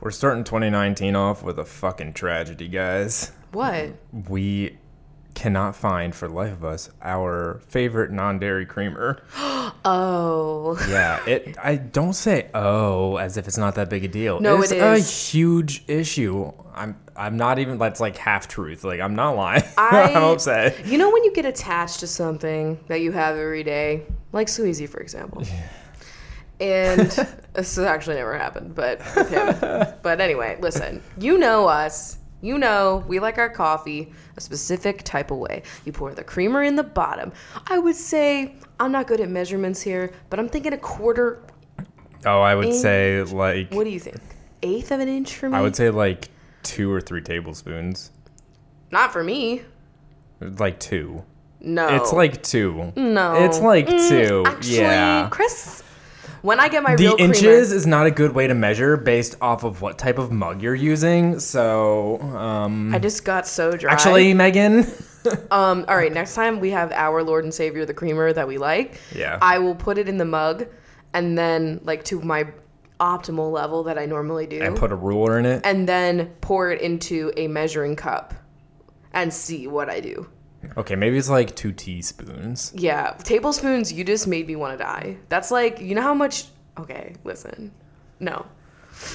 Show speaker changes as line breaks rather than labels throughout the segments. We're starting 2019 off with a fucking tragedy, guys.
What?
Mm. We cannot find for the life of us our favorite non-dairy creamer.
Oh.
Yeah, it I don't say oh as if it's not that big a deal.
No,
it's
it is.
a huge issue. I'm I'm not even that's like half truth. Like I'm not lying.
I-
I'm upset.
You know when you get attached to something that you have every day, like Sweezy, for example. And this has actually never happened, but with him. but anyway, listen. You know us. You know we like our coffee a specific type of way. You pour the creamer in the bottom. I would say I'm not good at measurements here, but I'm thinking a quarter.
Oh, I would say like
What do you think? Eighth of an inch for me.
I would say like two or three tablespoons.
not for me.
Like two.
No.
It's like two.
Oh. No.
It's like
Mm,
two.
Actually,
yeah.
Chris, when I get my
The
real creamer-
inches is not a good way to measure based off of what type of mug you're using. So, um,
I just got so dry.
actually, Megan,
um, all right. Next time we have our Lord and Savior the creamer that we like.
Yeah.
I will put it in the mug, and then like to my optimal level that I normally do,
I put a ruler in it.
and then pour it into a measuring cup, and see what I do.
Okay, maybe it's like two teaspoons.
Yeah, tablespoons. You just made me want to die. That's like you know how much. Okay, listen. No,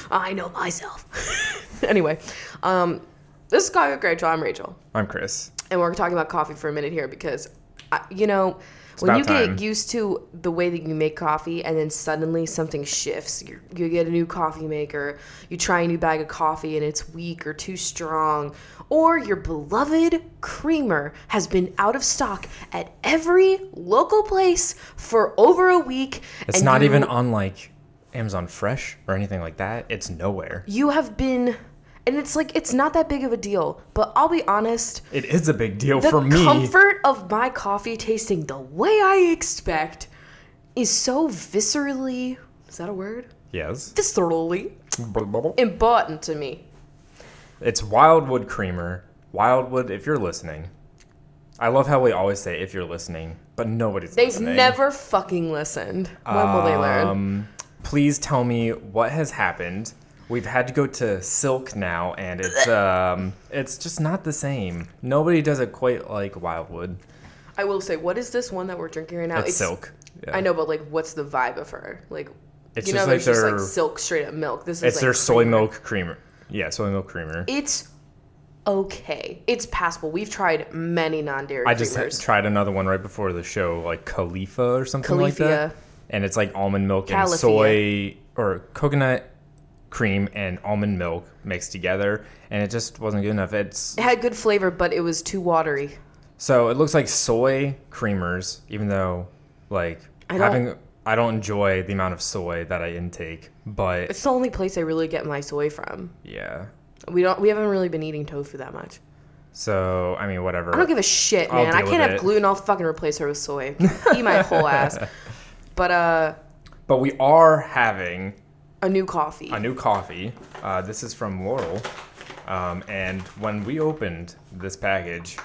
I know myself. anyway, um, this is Coffee with Rachel. I'm Rachel,
I'm Chris.
and we're talking about coffee for a minute here because, I, you know, when
about
you
time.
get used to the way that you make coffee, and then suddenly something shifts. You you get a new coffee maker. You try a new bag of coffee, and it's weak or too strong, or your beloved creamer has been out of stock at every local place for over a week.
It's
and
not
you-
even on like Amazon Fresh or anything like that. It's nowhere.
you have been. And it's like it's not that big of a deal, but I'll be honest,
It is a big deal
the
for me.
comfort of my coffee tasting the way I expect is so viscerally is that a word?
yes.
Viscerally important to me.
It's Wildwood Creamer. Wildwood, if you're listening. I love how we always say if you're listening, but nobody's
They've
listening.
never fucking listened. When will they learn?
Um, please tell me what has happened. We've had to go to Silk now, and it's um, it's just not the same. Nobody does it quite like Wildwood.
I will say, what is this one that we're drinking right now?
It's, Silk. Yeah.
I know, but like, what's the vibe of her? Like,
It's
you
just
know,
like
there's just like
their-
silk straight up milk. This is
It's
like
their soy
creamer.
milk creamer. Yeah, soy milk creamer.
It's okay. It's passable. We've tried many non-dairy
I just
creamers.
had- tried another one right before the show, like Khalifa or something like that.
Califia.
And it's like almond milk and
Califia.
soy or coconut cream and almond milk mixed together, and it just wasn't good enough. It's
it had good flavor, but it was too watery.
So it looks like soy creamers, even though like
I don't-
having I don't enjoy the amount of soy that I intake, but
It's the only place I really get my soy from.
yeah.
We don't. We haven't really been eating tofu that much.
So I mean whatever.
I don't give a shit,
I'll
man. I
deal
can't
with
have
it.
gluten. I'll fucking replace her with soy. Eat my whole ass. But uh,
but we are having
a new coffee.
a new coffee. Uh, this is from Laurel. Um, and when we opened this package,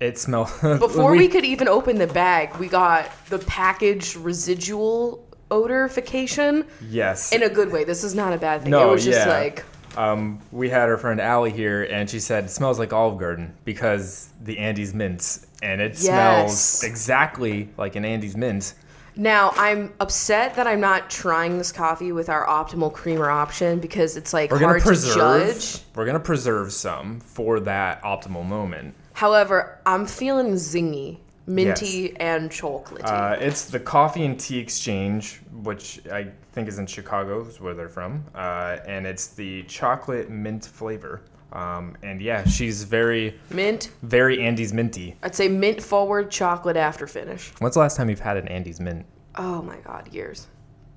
it smelled
Before we, could even open the bag, we got the packaged residual odorification
Yes.
in a good way. This is not a bad thing.
No,
it was just
yeah.
like
Um, we had our friend Allie here, and she said it smells like Olive Garden because the Andes mints, and it
Yes.
smells exactly like an Andes mint.
now I'm upset that I'm not trying this coffee with our optimal creamer option because it's like
We're gonna
hard
preserve.
to judge.
We're gonna preserve some for that optimal moment.
However, I'm feeling zingy, minty, and chocolatey.
Uh, it's the Coffee and Tea Exchange, which I think is in Chicago, is where they're from, uh, and it's the chocolate mint flavor. Um, and yeah, she's very,
mint.
very Andes minty.
I'd say mint forward, chocolate after finish.
When's the last time you've had an Andes mint?
Oh my god, years.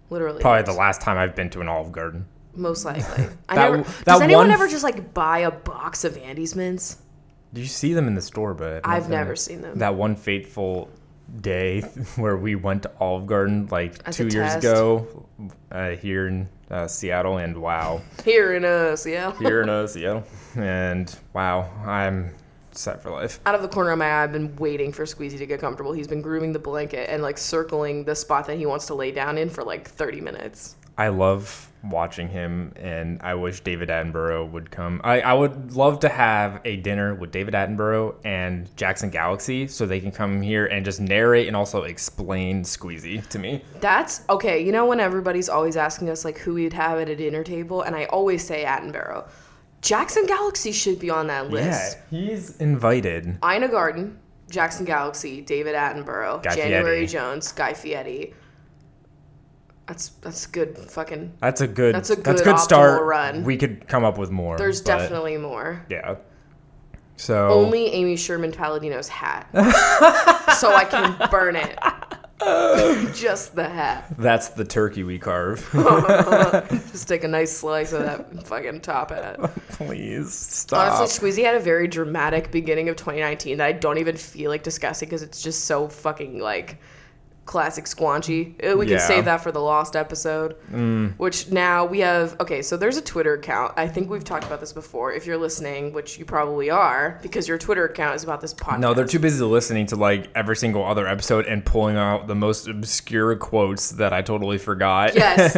Literally.
Probably the last time I've been to an Olive Garden.
Most likely. I
That
never,
w-
does
that
anyone
one-
ever just like buy a box of Andes mints?
You see them in the store, but I don't
I've
think-
never seen them.
That one fateful day where we went to Olive Garden like
As a
two years
test.
ago, uh, here in uh, Seattle, and wow,
Here in uh Seattle.
here in uh, Seattle, and wow, I'm set for life.
Out of the corner of my eye, I've been waiting for Squeezy to get comfortable. He's been grooming the blanket and like circling the spot that he wants to lay down in for like 30 minutes.
I love watching him, and I wish David Attenborough would come. I, I would love to have a dinner with David Attenborough and Jackson Galaxy so they can come here and just narrate and also explain Squeezy to me.
That's okay. You know when everybody's always asking us like who we'd have at a dinner table, and I always say Attenborough. Jackson Galaxy should be on that list.
Yeah, he's invited.
Ina Garden, Jackson Galaxy, David Attenborough,
Guy Fieri.
January Jones, Guy Fieri. That's that's good fucking.
That's a good.
That's a
That's
good
good
optimal
start.
run.
We could come up with more.
There's
but- Oh.
definitely more.
Yeah. So
Only Amy Sherman Palladino's hat. so I can burn it. Just the hat.
that's the turkey we carve.
Just take a nice slice of that fucking top hat.
Please stop.
Honestly, Squeezy had a very dramatic beginning of 2019 that I don't even feel like discussing because it's just so fucking like classic squanchy. Uh, We
Yeah. Mm.
can save that for the lost episode. Which now we have. Okay, so there's a Twitter account. I think we've talked about this before. If you're listening, which you probably are, because your Twitter account is about this podcast.
No, they're too busy listening to like every single other episode and pulling out the most obscure quotes that I totally forgot.
Yes.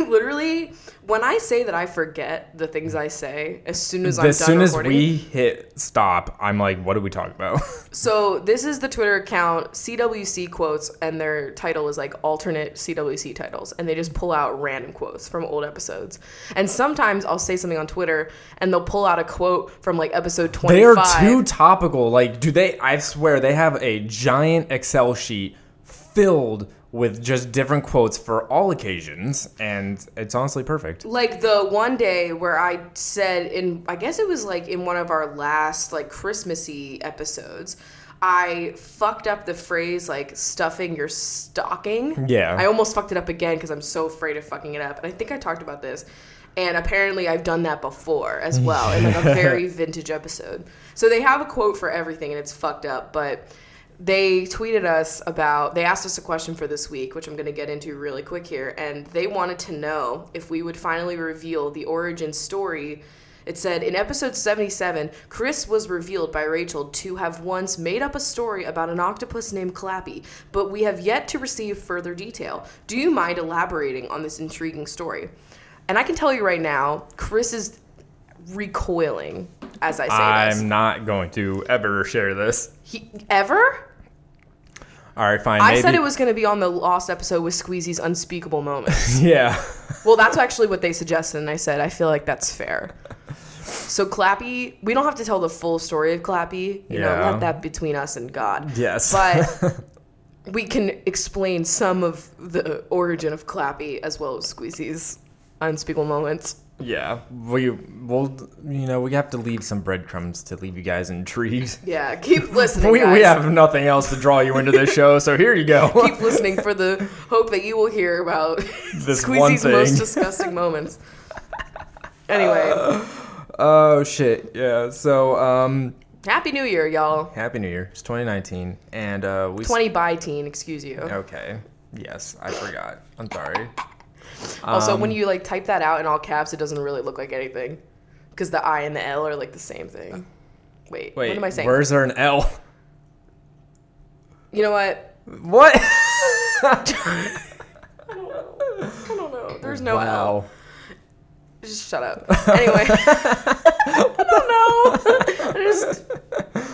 Literally, when I say that I forget the things I say as soon as I'm
as
done
soon as
recording,
we hit stop, I'm like, what did we talk about?
So this is the Twitter account CWC quotes, and their title is like alternate CWC titles, and they just pull out random quotes from old episodes. And sometimes I'll say something on Twitter, and they'll pull out a quote from like episode
they are
twenty-five.
too topical. Like, do they? I swear they have a giant Excel sheet filled with just different quotes for all occasions, and it's honestly perfect.
like the one day where I said in I guess it was like in one of our last like Christmassy episodes, I fucked up the phrase like stuffing your stocking.
Yeah.
I almost fucked it up again because I'm so afraid of fucking it up. And I think I talked about this. And apparently I've done that before as well in like a very vintage episode. So they have a quote for everything and it's fucked up, but they tweeted us about they asked us a question for this week which i'm going to get into really quick here and they wanted to know if we would finally reveal the origin story it said in episode 77 chris was revealed by rachel to have once made up a story about an octopus named clappy but we have yet to receive further detail do you mind elaborating on this intriguing story and i can tell you right now chris is recoiling as i say this
I'm not going to ever share this.
he, ever
All right, fine.
I
maybe.
said it was going to be on the lost episode with Squeezy's unspeakable moments.
Yeah.
well, that's actually what they suggested, and I said I feel like that's fair. So Clappy, we don't have to tell the full story of Clappy. You know,
Yeah.
let that between us and God.
Yes.
But we can explain some of the origin of Clappy as well as Squeezy's unspeakable moments.
Yeah, we will. You know, we have to leave some breadcrumbs to leave you guys intrigued.
Yeah, keep listening.
We,
guys.
we have nothing else to draw you into this show, so here you go.
keep listening for the hope that you will hear about
This
Squeezy's
one thing.
most disgusting moments. Anyway,
oh shit! Yeah. So, um,
Happy New Year, y'all.
happy New Year. It's 2019, and uh, we.
20 by teen, excuse you.
Okay. Yes, I forgot. I'm sorry.
also,
Um,
when you like type that out in all caps, it doesn't really look like anything because the I and the L are like the same thing. Wait,
Wait.
what am I saying?
Where's there an L?
You know what?
What?
I don't know. There's no L.
wow.
Just shut up. Anyway, I don't know. I just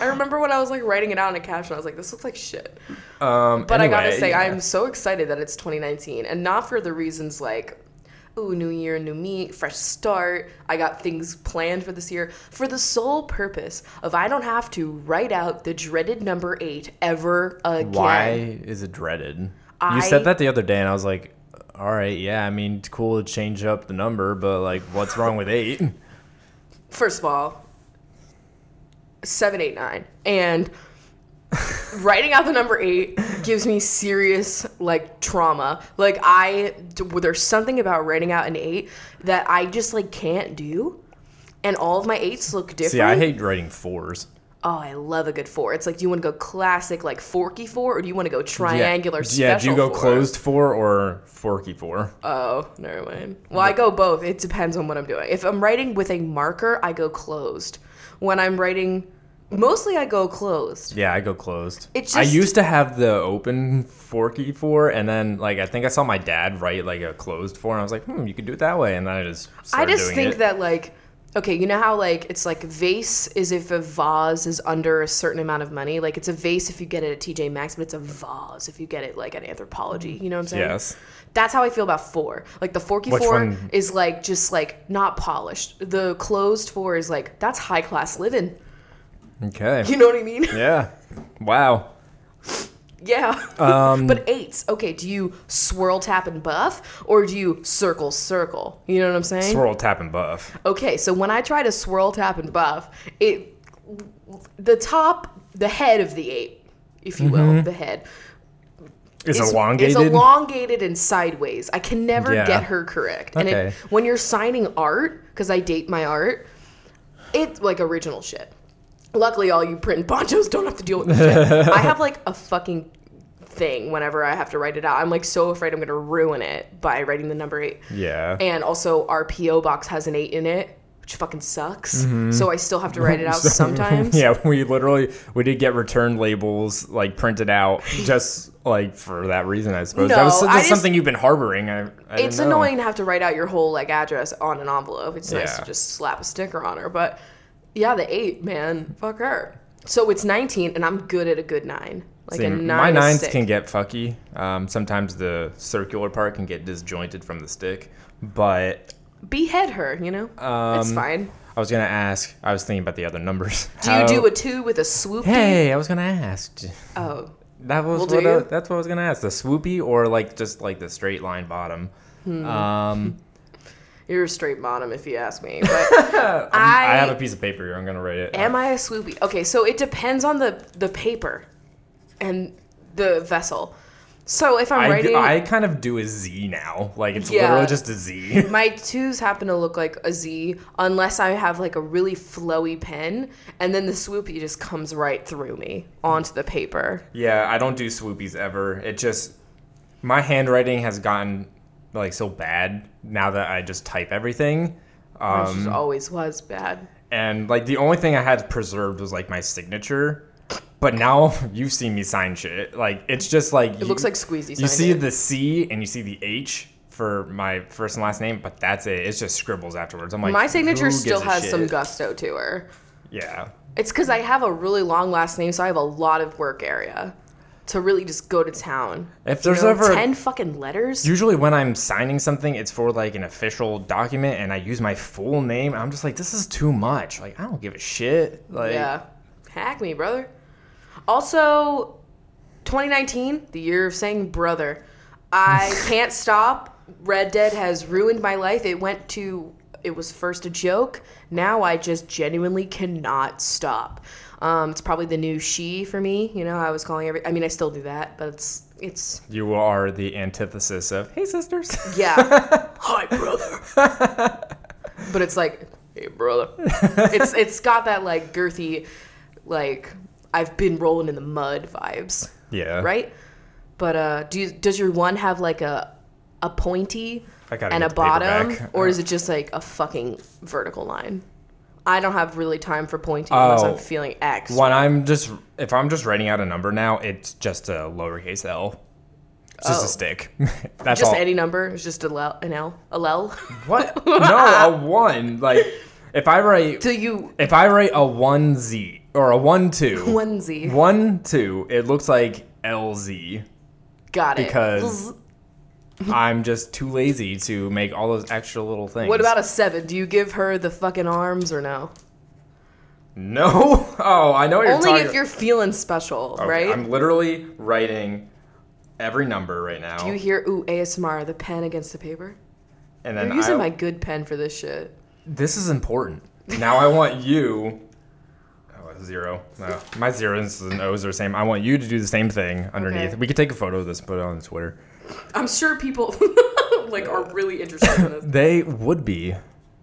I remember when I was like writing it out in a caption, I was like, this looks like shit.
Um,
But I gotta
anyway,
say,
yeah.
I'm so excited that it's 2019, and not for the reasons like, ooh, new year, new me, fresh start. I got things planned for this year for the sole purpose of I don't have to write out the dreaded number eight ever again.
Why is it dreaded?
I-
you said that the other day, and I was like, all right, yeah, I mean, it's cool to change up the number, but like, what's wrong with eight?
First of all, seven, eight, nine, and writing out the number eight gives me serious like trauma. Like I, there's something about writing out an eight that I just like can't do. And all of my eights look different.
See, I hate writing fours.
oh, I love a good four. It's like, do you want to go classic, like forky four, or do you want to go triangular?
Yeah, do you
special
go
four?
closed four or forky four?
Oh, never mind. Well, I go both. It depends on what I'm doing. If I'm writing with a marker, I go closed. When I'm writing Mostly I go closed.
Yeah, I go closed.
It's
I
just-
used to have the open forky four, and then like I think I saw my dad write like a closed four, and I was like, hmm, you could do it that way, and then I just
I
started
just
doing
think
it.
that like okay, you know how like it's like vase is if a vase is under a certain amount of money. Like it's a vase if you get it at TJ Maxx, but it's a vase if you get it like at Anthropology. You know what I'm saying?
yes.
That's how I feel about four. Like the forky
Which
four
one?
is like just like not polished. The closed four is like that's high class living.
Okay.
You know what I mean?
Yeah. Wow.
Yeah.
Um,
but eights, okay, do you swirl tap and buff or do you circle circle? You know what I'm saying?
Swirl, tap, and buff.
Okay, so when I try to swirl tap and buff, it the top, the head of the ape, if you will,
Mm-hmm.
the head
Is
is-
elongated.
It's elongated and sideways. I can never
Yeah.
get her correct. And
Okay.
it, when you're signing art, because I date my art, it's like original shit. Luckily, all you print ponchos don't have to deal with this shit. I have like a fucking thing whenever I have to write it out. I'm like so afraid I'm gonna ruin it by writing the number eight.
yeah.
And also, our PO box has an eight in it, which fucking sucks. So I still have to write it out sometimes.
Mm-hmm. yeah, we literally we did get return labels like printed out just like for that reason, I suppose. that
No,
was
I
just
just-
something you've been harboring. I, I didn't
it's
know.
annoying to have to write out your whole like address on an envelope. It's nice
Yeah.
to just slap a sticker on her, but yeah, the eight, man, fuck her. So it's nineteen, and I'm good at a good nine, like
See,
a nine.
my
is
nines
sick.
can get fucky. Um, sometimes the circular part can get disjointed from the stick. But
behead her, you know. it's
Um,
fine.
I was gonna ask. I was thinking about the other numbers.
Do you do a two with a swoop?
Hey, I was gonna ask.
Oh,
That was
Well, do
what I,
you?
that's what I was gonna ask. The swoopy or like just like the straight line bottom.
Hmm.
Um,
you're a straight bottom if you ask me. But I,
Um, I have a piece of paper here. I'm gonna write it.
Am I a swoopy? Okay, so it depends on the the paper and the vessel. So if I'm
I,
writing,
do- I kind of do a Z now. Like it's
Yeah.
literally just a Z.
my twos happen to look like a Z unless I have like a really flowy pen, and then the swoopy just comes right through me onto the paper.
yeah, I don't do swoopies ever. It just my handwriting has gotten like so bad now that I just type everything.
Which
Um,
just always was bad.
and like the only thing I had preserved was like my signature. But now you've seen me sign shit. Like it's just like it
looks like Squeezy
You
signed
see
it.
the C and you see the H for my first and last name, but that's it. It's just scribbles afterwards. I'm like
My signature
who
still
gives a
has some
shit?
gusto to her.
Yeah,
It's because I have a really long last name, so I have a lot of work area to really just go to town.
If
You
there's
know,
ever-
ten fucking letters,
Usually when I'm signing something, it's for like an official document, and I use my full name. I'm just like, this is too much. Like I don't give a shit. Like
yeah, hack me, brother. Also, 2019, the year of saying brother. I can't stop. Red Dead has ruined my life. It went to it was first a joke. Now I just genuinely cannot stop. Um, it's probably the new she for me. You know, I was calling every. I mean, I still do that, but it's it's
you are the antithesis of hey sisters.
yeah. Hi, brother. but it's like, hey, brother. It's it's got that like girthy, like I've been rolling in the mud vibes,
yeah.
right? But uh, do you, does your one have like a a pointy
I gotta
and a
get the paper
bottom,
back. Uh.
or is it just like a fucking vertical line? I don't have really time for pointy unless
Oh.
I'm feeling X.
When I'm just if I'm just writing out a number now, it's just a lowercase L. It's just
Oh.
a stick. That's
Just
all.
any number, it's just a lel, an L, a lel.
what? No, a one. Like if I write
Do you
if I write a one Z or a one two
onesie?
one two, it looks like L Z
Got it.
because I'm just too lazy to make all those extra little things.
What about a seven? Do you give her the fucking arms or no?
no? Oh, I know what you're
Only
talking.
if you're feeling special,
Okay,
right?
I'm literally writing every number right now.
you hear ooh ASMR, the pen against the paper.
and
You're
then
using
I,
my good pen for this shit.
This is important. Now I want you. Oh, a zero. No, my zeros and O's are the same. I want you to do the same thing underneath.
Okay.
We could take a photo of this and put it on Twitter.
I'm sure people like are really interested in this.
They would be.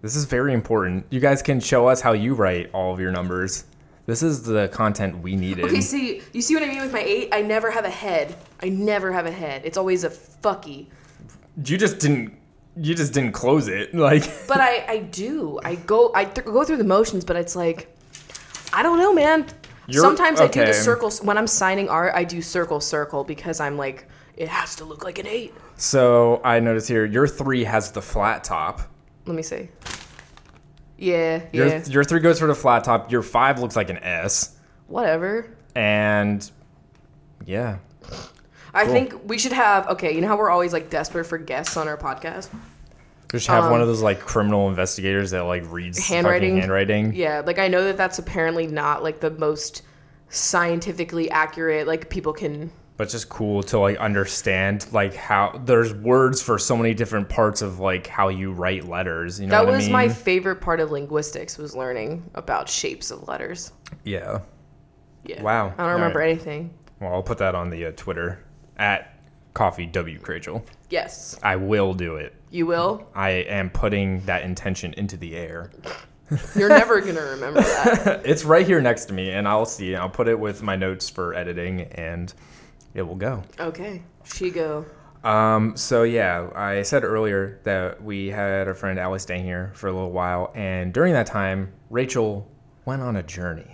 This is very important. You guys can show us how you write all of your numbers. This is the content we needed.
Okay, see, you see what I mean with my eight? I never have a head. I never have a head. It's always a fucky.
you just didn't. You just didn't close it. Like
But I, I do. I go, I th- go through the motions, but it's like, I don't know, man.
You're-
Sometimes I do
okay.
the circles when I'm signing art. I do circle circle because I'm like it has to look like an eight.
So I notice here your three has the flat top.
Let me see. Yeah,
Your
yeah.
your three goes for the flat top. Your five looks like an S,
Whatever.
and yeah,
I think we should have okay. You know how we're always like desperate for guests on our podcast.
we should have one of those like criminal investigators that like reads fucking
Um, Handwriting.
handwriting.
Yeah, like I know that that's apparently not like the most scientifically accurate. Like people can.
But it's just cool to like understand like how there's words for so many different parts of like how you write letters. You know
That
what
was
I mean?
my favorite part of linguistics was learning about shapes of letters.
yeah.
Yeah.
Wow.
I
All
don't remember
right.
anything.
Well, I'll put that on the uh, Twitter at coffee w Cragel.
Yes,
I will do it.
you will.
I am putting that intention into the air.
You're never gonna remember that.
It's right here next to me, and I'll see. I'll put it with my notes for editing, and it will go.
Okay, Shigo.
Um, so yeah, I said earlier that we had our friend Allie staying here for a little while, and during that time, Rachel went on a journey.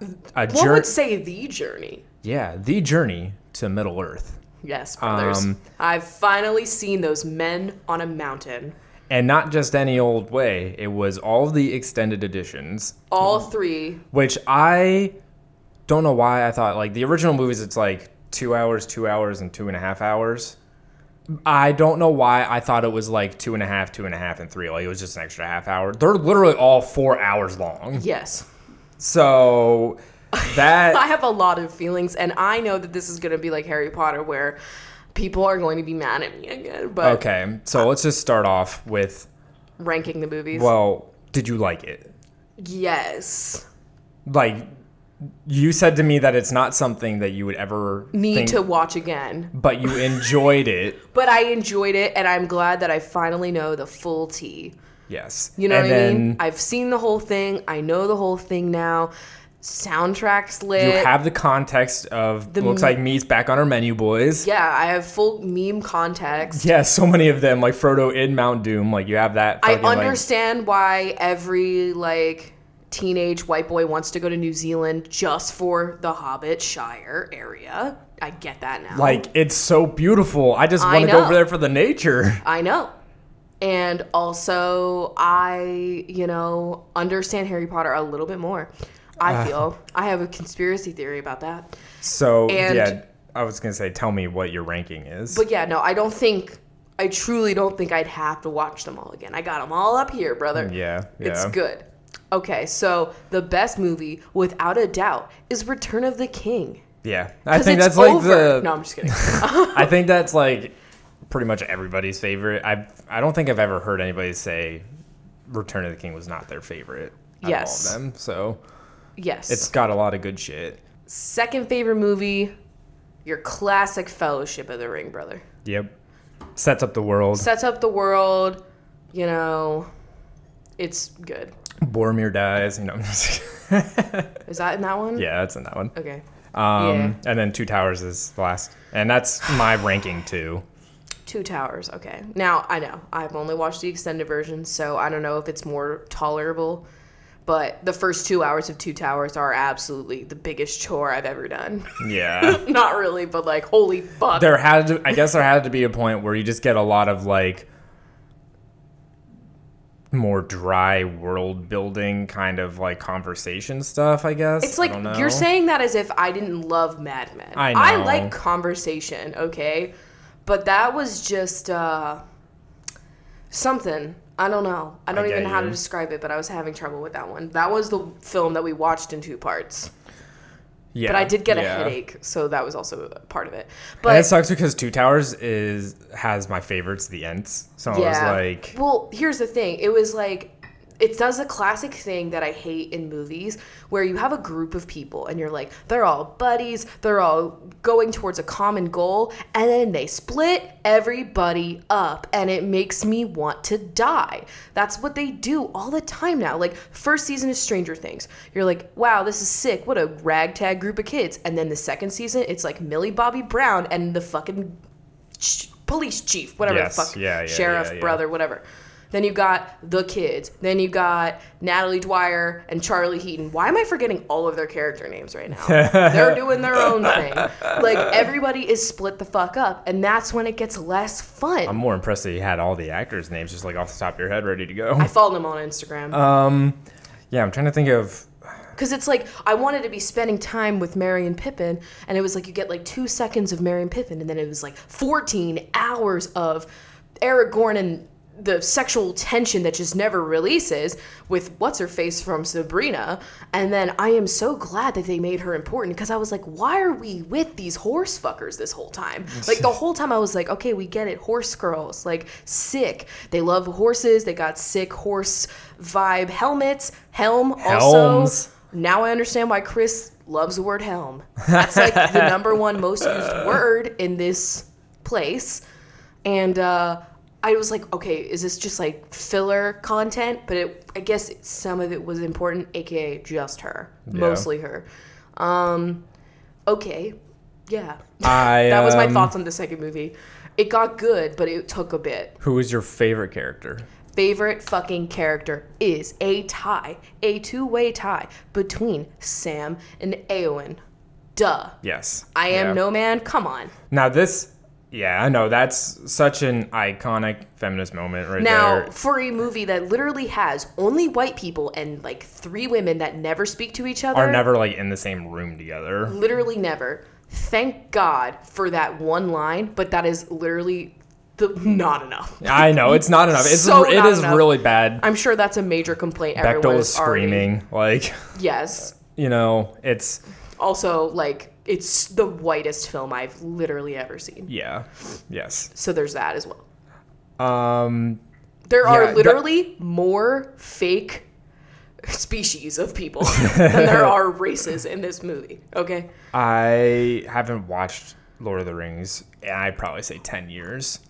A
One
journey,
would say the journey.
yeah, the journey to Middle Earth,
Yes, brothers.
Um,
I've finally seen those men on a mountain.
and not just any old way. It was all the extended editions.
All three.
which I don't know why I thought like the original movies. It's like two hours, two hours, and two and a half hours. I don't know why I thought it was like two and a half, two and a half, and three. Like it was just an extra half hour. They're literally all four hours long.
Yes.
So
I
that
have a lot of feelings, and I know that this is going to be like Harry Potter, where people are going to be mad at me again. But
okay. So let's just start off with
ranking the movies,
well, did you like it?
yes,
Like you said to me that it's not something that you would ever
need
think-
to watch again.
but you enjoyed it.
But I enjoyed it, and I'm glad that I finally know the full tea.
Yes.
You know
And
what I
then-
mean? I've seen the whole thing. I know the whole thing now. Soundtrack's lit.
You have the context of looks like meat's back on our menu, boys. Yeah.
yeah, I have full meme context.
so many of them, like Frodo in Mount Doom, like you have that.
I
fucking, like-
understand why every like teenage white boy wants to go to New Zealand just for the Hobbit Shire area. I get that now.
like, it's so beautiful. I just
I
want to go
know.
over there for the nature.
I know. And also I, you know, understand Harry Potter a little bit more. I
Ah.
feel I have a conspiracy theory about that.
So
And-
yeah, I was gonna say, tell me what your ranking is.
But yeah, no, I don't think I truly don't think I'd have to watch them all again. I got them all up here, brother.
yeah, yeah.
It's good. Okay, so the best movie, without a doubt, is Return of the King.
Yeah, I
'Cause
think
it's
that's like
over.
the.
No, I'm just kidding. Uh,
I think that's like pretty much everybody's favorite. I I don't think I've ever heard anybody say Return of the King was not their favorite. out of
Yes.
all of them. So
yes.
it's got a lot of good shit.
Second favorite movie, your classic Fellowship of the Ring, brother.
Yep. Sets up the world.
Sets up the world, you know, it's good.
Boromir dies. You know. I'm just kidding.
Is that in that one?
yeah, that's in that one.
Okay.
Um,
Yeah.
And then Two Towers is the last, and that's my ranking too.
Two Towers, okay. Now, I know, I've only watched the extended version, so I don't know if it's more tolerable, but the first two hours of Two Towers are absolutely the biggest chore I've ever done.
Yeah.
Not really, but like, holy fuck.
there had to, I guess there had to be a point where you just get a lot of like more dry world building kind of like conversation stuff. I guess
It's
I
like
don't know.
you're saying that as if I didn't love Mad Men.
I know.
like conversation, okay? But that was just uh something. I don't know. I don't
I
even
get
know how to
you.
describe it, but I was having trouble with that one. That was the film that we watched in two parts.
Yeah,
But I did get
yeah.
a headache, so that was also a part of
And
it.
it
But
sucks because Two Towers is has my favorites, the Ents. So I was
yeah.
like,
Well, here's the thing. It was like it does a classic thing that I hate in movies where you have a group of people and you're like, they're all buddies, they're all going towards a common goal, and then they split everybody up, and it makes me want to die. That's what they do all the time now. Like, first season is Stranger Things. You're like, wow, this is sick. What a ragtag group of kids. And then the second season, it's like Millie Bobby Brown and the fucking ch- police chief, whatever
Yes.
the fuck,
Yeah, yeah,
sheriff,
yeah, yeah.
brother, whatever. Then you got the kids. Then you got Natalie Dwyer and Charlie Heaton. Why am I forgetting all of their character names right now? They're doing their own thing. Like everybody is split the fuck up, and that's when it gets less fun.
I'm more impressed that you had all the actors' names just like off the top of your head ready to go.
I follow them on Instagram.
Um, yeah, I'm trying to think of.
Because it's like I wanted to be spending time with Mary and Pippin, and it was like you get like two seconds of Mary and Pippin, and then it was like 14 hours of Aragorn and the sexual tension that just never releases with what's her face from Sabrina. And then I am so glad that they made her important because I was like, why are we with these horse fuckers this whole time? Like the whole time I was like, okay, we get it, horse girls, like sick. They love horses. They got sick horse vibe helmets. Helm also.
Helms.
Now I understand why Chris loves the word helm. That's like the number one most used word in this place. And uh, I was like, okay, is this just like filler content? But it, I guess some of it was important, aka just her, mostly her. Um, okay, yeah,
I
that was my
um,
thoughts on the second movie. It got good, but it took a bit
Who is your favorite character?
favorite fucking character is a tie, a two way tie between Sam and Eowyn. Duh.
Yes,
I am
Yeah.
no man. Come on.
Now this, yeah, I know that's such an iconic feminist moment right
Now,
there.
for a movie that literally has only white people and like three women that never speak to each other,
Are never like in the same room together.
literally never. Thank God for that one line, but that is literally the, not enough.
I know it's not enough. It's
So
it
not
is
enough.
really bad.
I'm sure that's a major complaint.
Bechtel
everyone
was
is already-
screaming like
Yes.
you know it's
Also, like it's the whitest film I've literally ever seen.
yeah yes
So there's that as well.
um
There
Yeah,
are
that-
literally more fake species of people than there are races in this movie. Okay.
I haven't watched Lord of the Rings and I probably say ten years.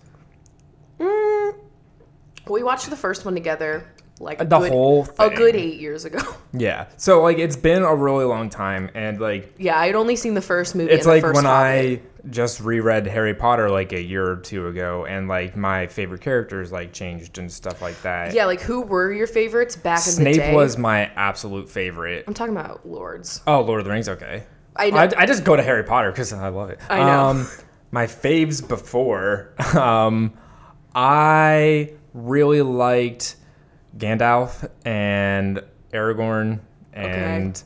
We watched the first one together like a
The
good,
whole
a
thing.
good 8 years ago.
Yeah. So like it's been a really long time and like
Yeah, I had only seen the first movie
it's
and
like
the first
when
Hobbit.
I just reread Harry Potter like a year or two ago and like my favorite characters like changed and stuff like that.
Yeah, like who were your favorites back in the day? Mm.
Snape was my absolute favorite.
I'm talking about lords.
Oh, Lord of the Rings, okay.
I know.
I, I just go to Harry Potter because I love it.
I know.
Um, my faves before, um, I really liked Gandalf and Aragorn and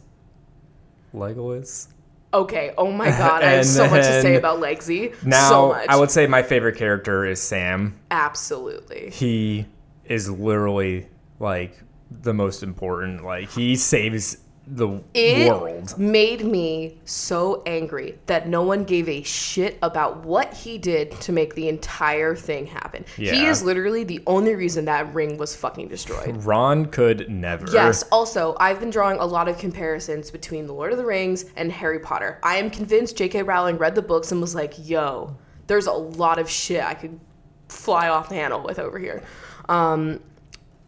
Legolas.
okay, oh my god, I have
And
so much to say
then-
about Legsy.
Now,
so much.
I would say my favorite character is Sam.
Absolutely.
He is literally like the most important. Like he saves the
It
world.
made me so angry that no one gave a shit about what he did to make the entire thing happen. He
Yeah.
is literally the only reason that ring was fucking destroyed.
Ron could never.
Yes, also, I've been drawing a lot of comparisons between The Lord of the Rings and Harry Potter. I am convinced J.K. Rowling read the books and was like, yo, there's a lot of shit I could fly off the handle with over here. Um,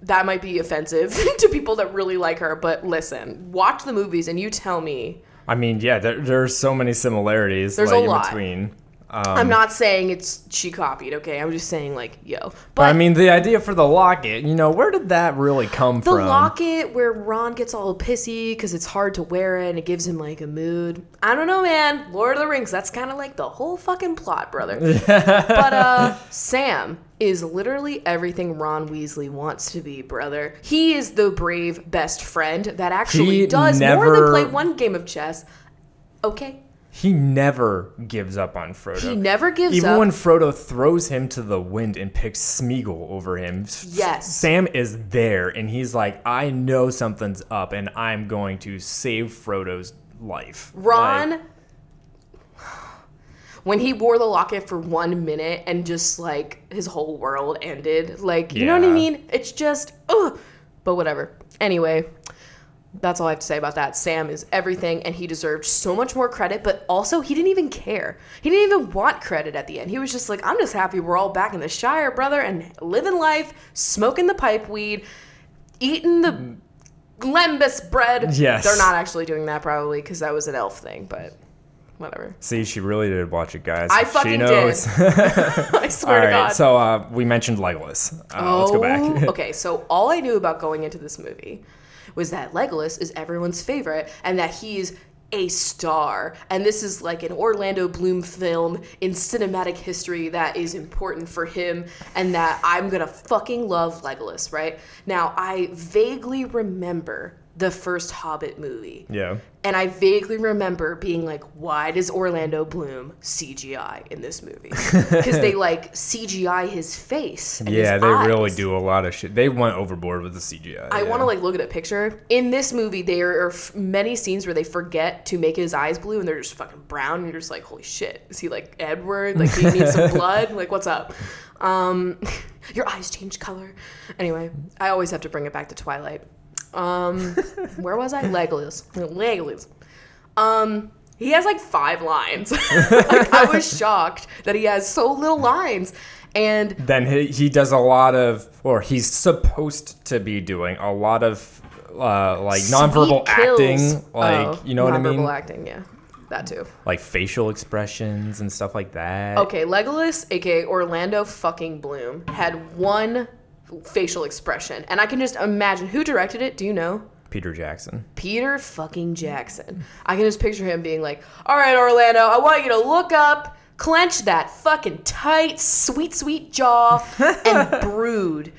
that might be offensive to people that really like her, but listen, watch the movies and you tell me
I mean, yeah, there, there are so many similarities
There's
like,
a lot.
in between. Um,
I'm not saying it's she copied, okay? I'm just saying like, yo. But,
but I mean, the idea for the locket, you know, where did that really come
the
from?
locket where Ron gets all pissy because it's hard to wear it and it gives him like a mood. I don't know, man. Lord of the Rings, that's kind of like the whole fucking plot, brother. but uh Sam is literally everything Ron Weasley wants to be, brother. He is the brave best friend that actually
He
does more than
never-
play one game of chess. Okay.
he never gives up on Frodo.
He never gives
Even
up.
when Frodo throws him to the wind and picks Smeagol over him, S-
Yes.
Sam is there and he's like, I know something's up and I'm going to save Frodo's life.
Ron,
Like,
when he wore the locket for one minute and just like his whole world ended, like, you know what I
Yeah.
mean? It's just, ugh. But whatever. Anyway, that's all I have to say about that. Sam is everything and he deserved so much more credit, but also he didn't even care. He didn't even want credit at the end. He was just like, I'm just happy we're all back in the Shire, brother, and living life, smoking the pipe weed, eating the lembas bread.
Yes.
They're not actually doing that probably because that was an elf thing, but Whatever.
See, she really did watch it, guys.
I fucking
she
did.
knows.
I
All
swear to
right,
God.
so uh, we mentioned Legolas. Uh, Let's go back.
Oh, okay, so all I knew about going into this movie was that Legolas is everyone's favorite and that he's a star. And this is like an Orlando Bloom film in cinematic history that is important for him and that I'm gonna fucking love Legolas, right? Now, I vaguely remember the first Hobbit movie.
yeah.
And I vaguely remember being like, why does Orlando Bloom CGI in this movie? Because they like CGI his face. And
Yeah,
his
they really
eyes.
do a lot of shit. They went overboard with the CGI.
I
yeah.
want to like look at a picture. In this movie, there are f- many scenes where they forget to make his eyes blue, and they're just fucking brown. And you're just like, holy shit, is he like Edward? Like, do you need some blood? Like, what's up? Um, your eyes change color. Anyway, I always have to bring it back to Twilight. Um, where was I? Legolas. Legolas. Um, he has like five lines. like, I was shocked that he has so little lines. And
then he, he does a lot of, or he's supposed to be doing a lot of, uh, like nonverbal
Sweet kills.
acting, like
Oh,
you know what I mean,
Nonverbal acting, yeah, that too.
like facial expressions and stuff like that.
Okay, Legolas, aka Orlando fucking Bloom, had one facial expression, and I can just imagine who directed it. Do you know?
Peter Jackson.
Peter fucking Jackson. I can just picture him being like, "All right, Orlando, I want you to look up." Clench that fucking tight, sweet, sweet jaw and brood.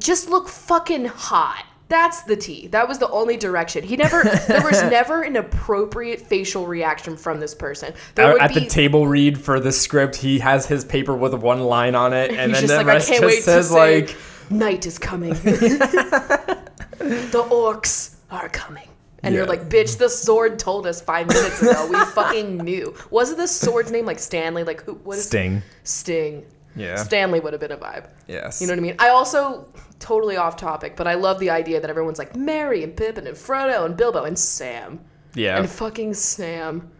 Just look fucking hot. That's the T. That was the only direction. He never, there was never an appropriate facial reaction from this person. There
At, at the table read for the script, he has his paper with one line on it, and then
He's just
the
like,
rest
I can't
just
wait
says
to say,
like,
night is coming. the orcs are coming. And you're
Yeah.
like, bitch, the sword told us five minutes ago. We fucking knew. Wasn't the sword's name like Stanley? Like, who, what is
"Sting."
Sting.
Yeah.
Stanley would have been a vibe.
Yes.
You know what I mean? I also, totally off topic, but I love the idea that everyone's like Mary and Pippin and Frodo and Bilbo and Sam.
yeah.
And fucking Sam.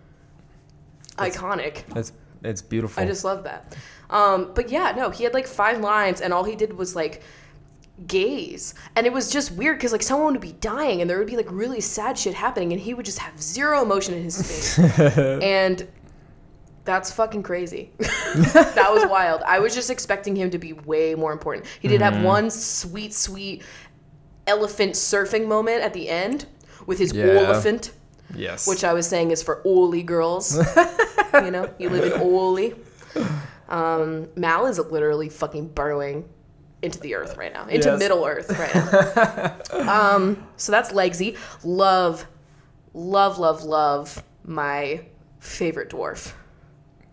Iconic.
It's it's beautiful.
I just love that. Um, but yeah, no, he had like five lines, and all he did was like gaze, and it was just weird because like someone would be dying, and there would be like really sad shit happening, and he would just have zero emotion in his face, and that's fucking crazy. that was wild. I was just expecting him to be way more important. He did have one sweet, sweet elephant surfing moment at the end with his
Yeah.
elephant
yes.
which I was saying is for Oli girls. you know, you live in Oli. Um, Mal is literally fucking burrowing into the earth right now, into
Yes.
Middle Earth right now. um, so that's Legsy. Love, love, love, love my favorite dwarf,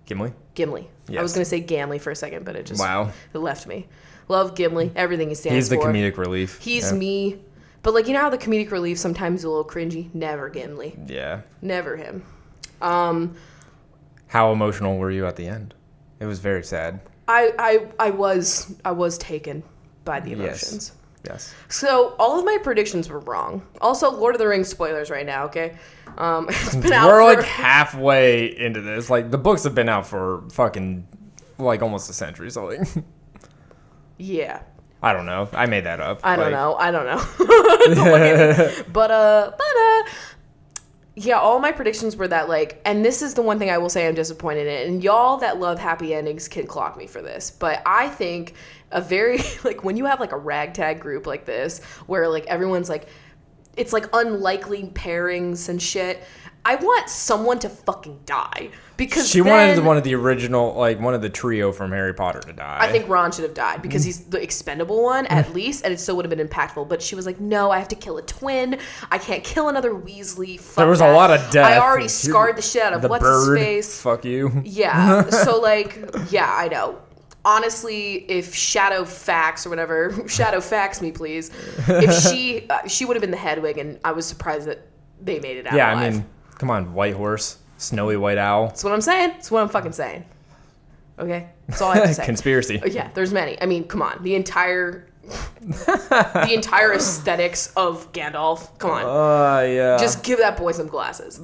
Gimli.
Gimli. I
Yes.
was gonna say Gamli for a second, but it just
Wow.
it left me. Love Gimli. Everything he stands
He's the
for.
comedic relief.
He's
yeah.
me. But like you know how the comedic relief sometimes is a little cringy. Never Gimli.
Yeah.
Never him. Um,
How emotional were you at the end? It was very sad.
I, I I was I was taken by the
Yes.
emotions.
Yes.
So all of my predictions were wrong. Also, Lord of the Rings spoilers right now. Okay, um, it's been out
We're
for
like halfway into this. Like the books have been out for fucking like almost a century. So like
yeah.
I don't know. I made that up.
I don't
Like,
know. I don't know. Don't look at me. But uh, but uh, yeah. All my predictions were that like, and this is the one thing I will say I'm disappointed in. And y'all that love happy endings can clock me for this, but I think a very like when you have like a ragtag group like this where like everyone's like, it's like unlikely pairings and shit. I want someone to fucking die because
She wanted
then-
one of the original, like one of the trio from Harry Potter to die.
I think Ron should have died
Mm.
because he's the expendable one at least, and it still would have been impactful. But she was like, "No, I have to kill a twin. I can't kill another Weasley." Fuck
there was a
that.
lot of death.
I already scarred the shit out of
The
what's
bird.
his face.
Fuck you.
Yeah. So like, yeah, I know. Honestly, if Shadow fax or whatever, Shadow fax me, please. If she uh, she would have been the Hedwig, and I was surprised that they made it out.
Yeah, I
alive.
mean, come on, White Horse, Snowy White Owl,
that's what I'm saying. That's what I'm fucking saying. Okay, that's all I have to say.
conspiracy.
Uh, Yeah, there's many. I mean, come on, the entire the entire aesthetics of Gandalf. Come on,
Uh, yeah.
just give that boy some glasses.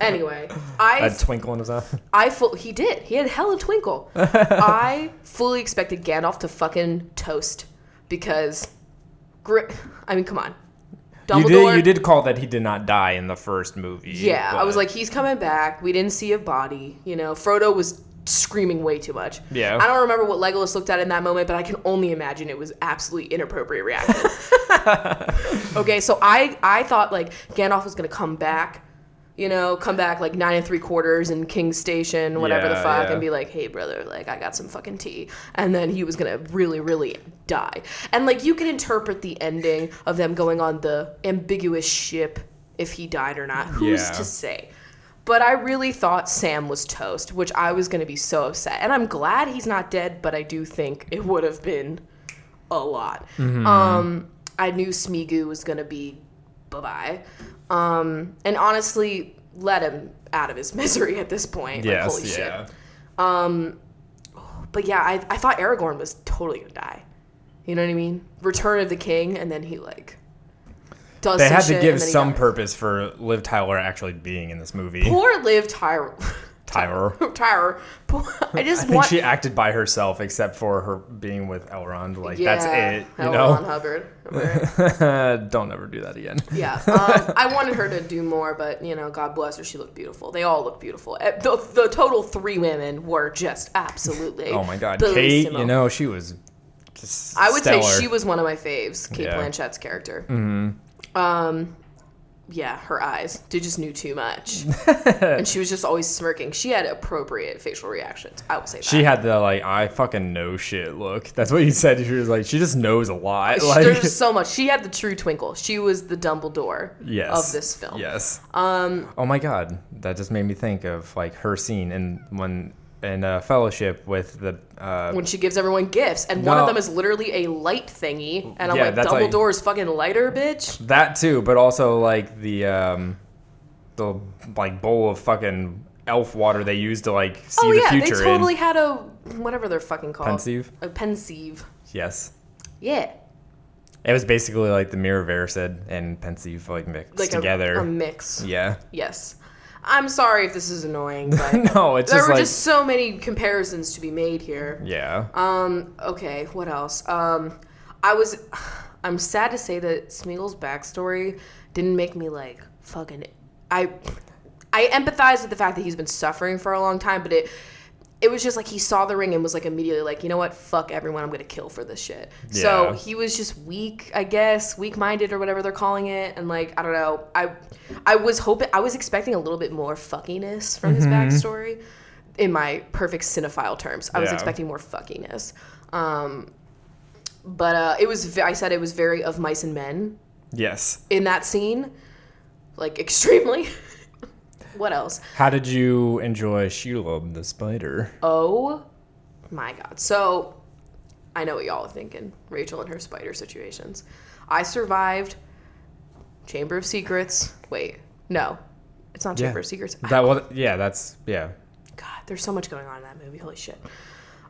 anyway,
a
I
twinkle in his eye.
I full he did. He had hella twinkle. I fully expected Gandalf to fucking toast because, gri- I mean, come on,
You
Dumbledore.
did, you did call that he did not die in the first movie.
Yeah, I was
but-
like, he's coming back. We didn't see a body. You know, Frodo was screaming way too much.
Yeah.
I don't remember what Legolas looked at in that moment, but I can only imagine it was absolutely inappropriate reaction. okay, so I I thought like Gandalf was gonna come back. You know, come back like nine and three quarters in King's Station, whatever the
Yeah,
fuck,
yeah.
and be like, hey, brother, like, I got some fucking tea. And then he was gonna really, really die. And, like, you can interpret the ending of them going on the ambiguous ship if he died or not. Who's
Yeah.
to say? But I really thought Sam was toast, which I was going to be so upset. And I'm glad he's not dead, but I do think it would have been a lot.
Mm-hmm.
Um, I knew Smigu was going to be bye bye. Um, and honestly, let him out of his misery at this point. Like,
yes,
holy
yeah.
shit. But yeah, I, I thought Aragorn was totally going to die. You know what I mean? Return of the King, and then he, like, does
They
some
had
shit,
to
and
give
then he
some
dies.
purpose for Liv Tyler actually being in this movie.
Poor Liv Tyler.
Tyler.
Tyler. Poor, I
I
just
think
want.
she acted by herself except for her being with Elrond. Like that's it. You
L. Ron Hubbard. Right.
know? Don't ever do that again.
yeah. Um, I wanted her to do more, but, you know, God bless her. She looked beautiful. They all look beautiful. Eh, The, the total three women were just absolutely.
Oh my god. Kate,
bellissimo.
you know, she was just
I would
stellar.
say she was one of my faves, Kate
Yeah. Mm-hmm.
Blanchett's character. Um, yeah, her eyes. They just knew too much. and she was just always smirking. She had appropriate facial reactions. I would say that.
She had the like I fucking know shit look. That's what you said. She was like, she just knows a lot.
She-
Like
There's just so much. She had the true twinkle. She was the Dumbledore
yes.
of this film.
Yes. Um. Oh my God, that just made me think of like her scene in when in uh, Fellowship with the. Uh,
When she gives everyone gifts, and one
No.
of them is literally a light thingy, and I'm
Yeah,
like,
that's like-
Dumbledore's fucking lighter, bitch.
that too, but also like the um, the like bowl of fucking elf water they use to like see
oh
the
yeah,
future
they totally
in.
had a whatever they're fucking called.
Pensieve?
A pensieve.
Yes.
Yeah.
It was basically like the Mirror of Erised and Pensieve like mixed
Like a-
together.
A, mix.
yeah.
Yes. I'm sorry if this is annoying, but
no, it's
there
just
were
like
just so many comparisons to be made here.
yeah.
Um, okay, what else? Um, I was, I'm sad to say that Smeagol's backstory didn't make me like fucking. I, I empathize with the fact that he's been suffering for a long time, but it, it was just like he saw the ring and was like immediately like, you know what, fuck everyone, I'm gonna kill for this shit. So
Yeah.
he was just weak, I guess, weak-minded or whatever they're calling it, and like I don't know. I, I was hoping, I was expecting a little bit more fuckiness from his backstory. In my perfect cinephile terms, I was
Yeah.
expecting more fuckiness. Um, but uh, it was. ve- I said it was very of mice and men
yes.
in that scene, like extremely. what else?
How did you enjoy Shelob the spider?
Oh my god! So I know what y'all are thinking, Rachel and her spider situations. I survived Chamber of Secrets. Wait, no, it's not Chamber of Secrets. I-
That was yeah. That's yeah.
God, there's so much going on in that movie. Holy shit.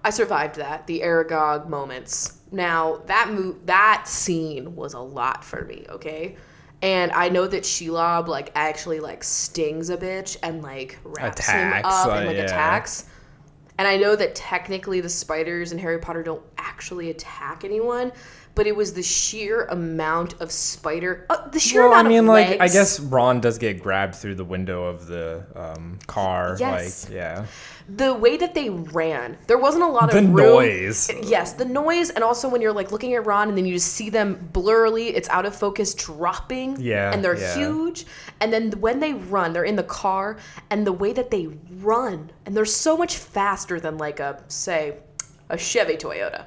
I survived that, the Aragog moments. Now, that mo- that scene was a lot for me, okay? And I know that Shelob like actually like stings a bitch and like wraps him
Attacks,
up
uh,
and like
yeah.
attacks. And I know that technically the spiders in Harry Potter don't actually attack anyone, but it was the sheer amount of spider, uh, the sheer
Well, I
amount
mean,
of
like, I
legs.
guess Ron does get grabbed through the window of the um, car.
Yes.
Like, yeah.
the way that they ran, there wasn't a lot
The
of room.
noise.
Yes, the noise, and also when you're like looking at Ron, and then you just see them blurrily. It's out of focus, dropping.
Yeah,
and they're
yeah.
huge. And then when they run, they're in the car, and the way that they run, and they're so much faster than like a say, a Chevy Toyota,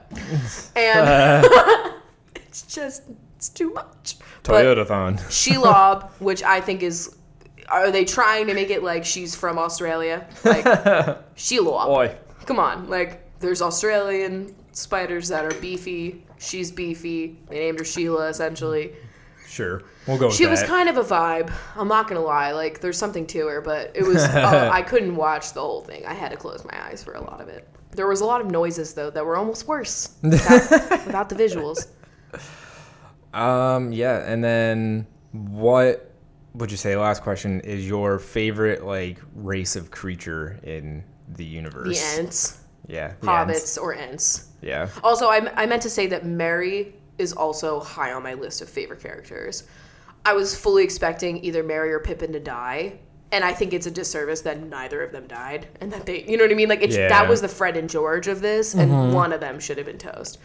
and it's just it's too much. But-
Toyotathon.
Shelob, which I think is. Are they trying to make it like she's from Australia? Like Shelob.
Boy.
Come on, like there's Australian spiders that are beefy. She's beefy. They named her Sheila essentially.
Sure. We'll go with
She
that.
was kind of a vibe. I'm not gonna lie. Like there's something to her, but it was uh, I couldn't watch the whole thing. I had to close my eyes for a lot of it. There was a lot of noises though that were almost worse without, without the visuals.
Um, yeah. And then what would you say, last question, is your favorite, like, race of creature in the
The
universe?
ants,
Yeah. the
hobbits,
ants.
or ants.
Yeah.
Also, I, I meant to say that Mary is also high on my list of favorite characters. I was fully expecting either Mary or Pippin to die. And I think it's a disservice that neither of them died, and that they, you know what I mean? Like, it's,
Yeah. Mm-hmm.
that was the Fred and George of this, and one of them should have been toast.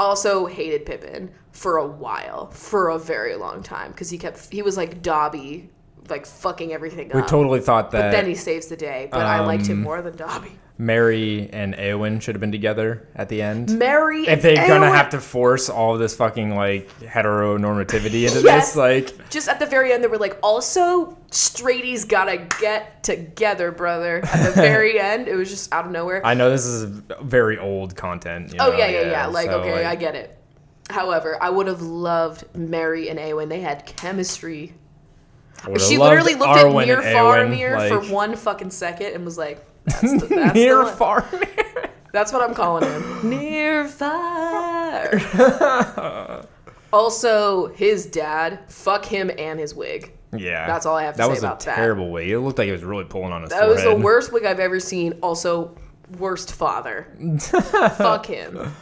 Also hated Pippin for a while, for a very long time, because he kept he was like Dobby, like fucking everything
We
up.
totally thought that Um,
then he saves the day, but I liked him more than Dobby.
Mary and Eowyn should have been together at the end.
Mary,
if they're gonna
Mm, Eowyn-
have to force all this fucking like heteronormativity into
Yes.
this, like
Just at the very end, they were like, also, straighties gotta get together, brother. At the very end, it was just out of nowhere.
I know this is very old content. you
oh,
know,
yeah, yeah, yeah. Like,
so,
okay, I get it. However, I would have loved Mary and Awen. They had chemistry.
I would've
she
loved
literally looked at
Arwen
Mir
and Eowyn,
Faramir
like,
for one fucking second and was like, that's the, that's the
Near
one.
Faramir.
That's what I'm calling him. Near fire. also, his dad. Fuck him and his wig.
yeah,
That's all I have to
that
say
was
about
a
that.
terrible wig. It looked like it was really pulling on his
That was the
forehead.
worst wig I've ever seen. Also, worst father. Fuck him.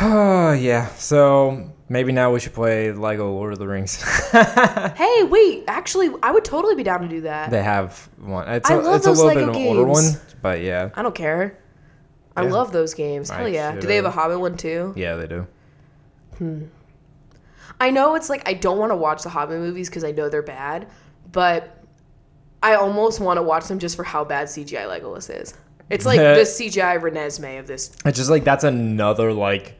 Oh yeah. So maybe now we should play Lego Lord of the Rings.
Hey, wait. Actually, I would totally be down to do that.
they have one. It's
I
a
love
it's a
those
little
Lego
bit of an older one,
games.
but yeah,
I don't care. I
Yeah.
love those games. Hell
I
yeah. Do
should,
they have
uh,
a Hobbit one too?
yeah, they do.
I know it's like I don't want to watch the Hobbit movies because I know they're bad, but I almost want to watch them just for how bad CGI Legolas is. It's like the CGI Renesmee of this.
It's just like that's another like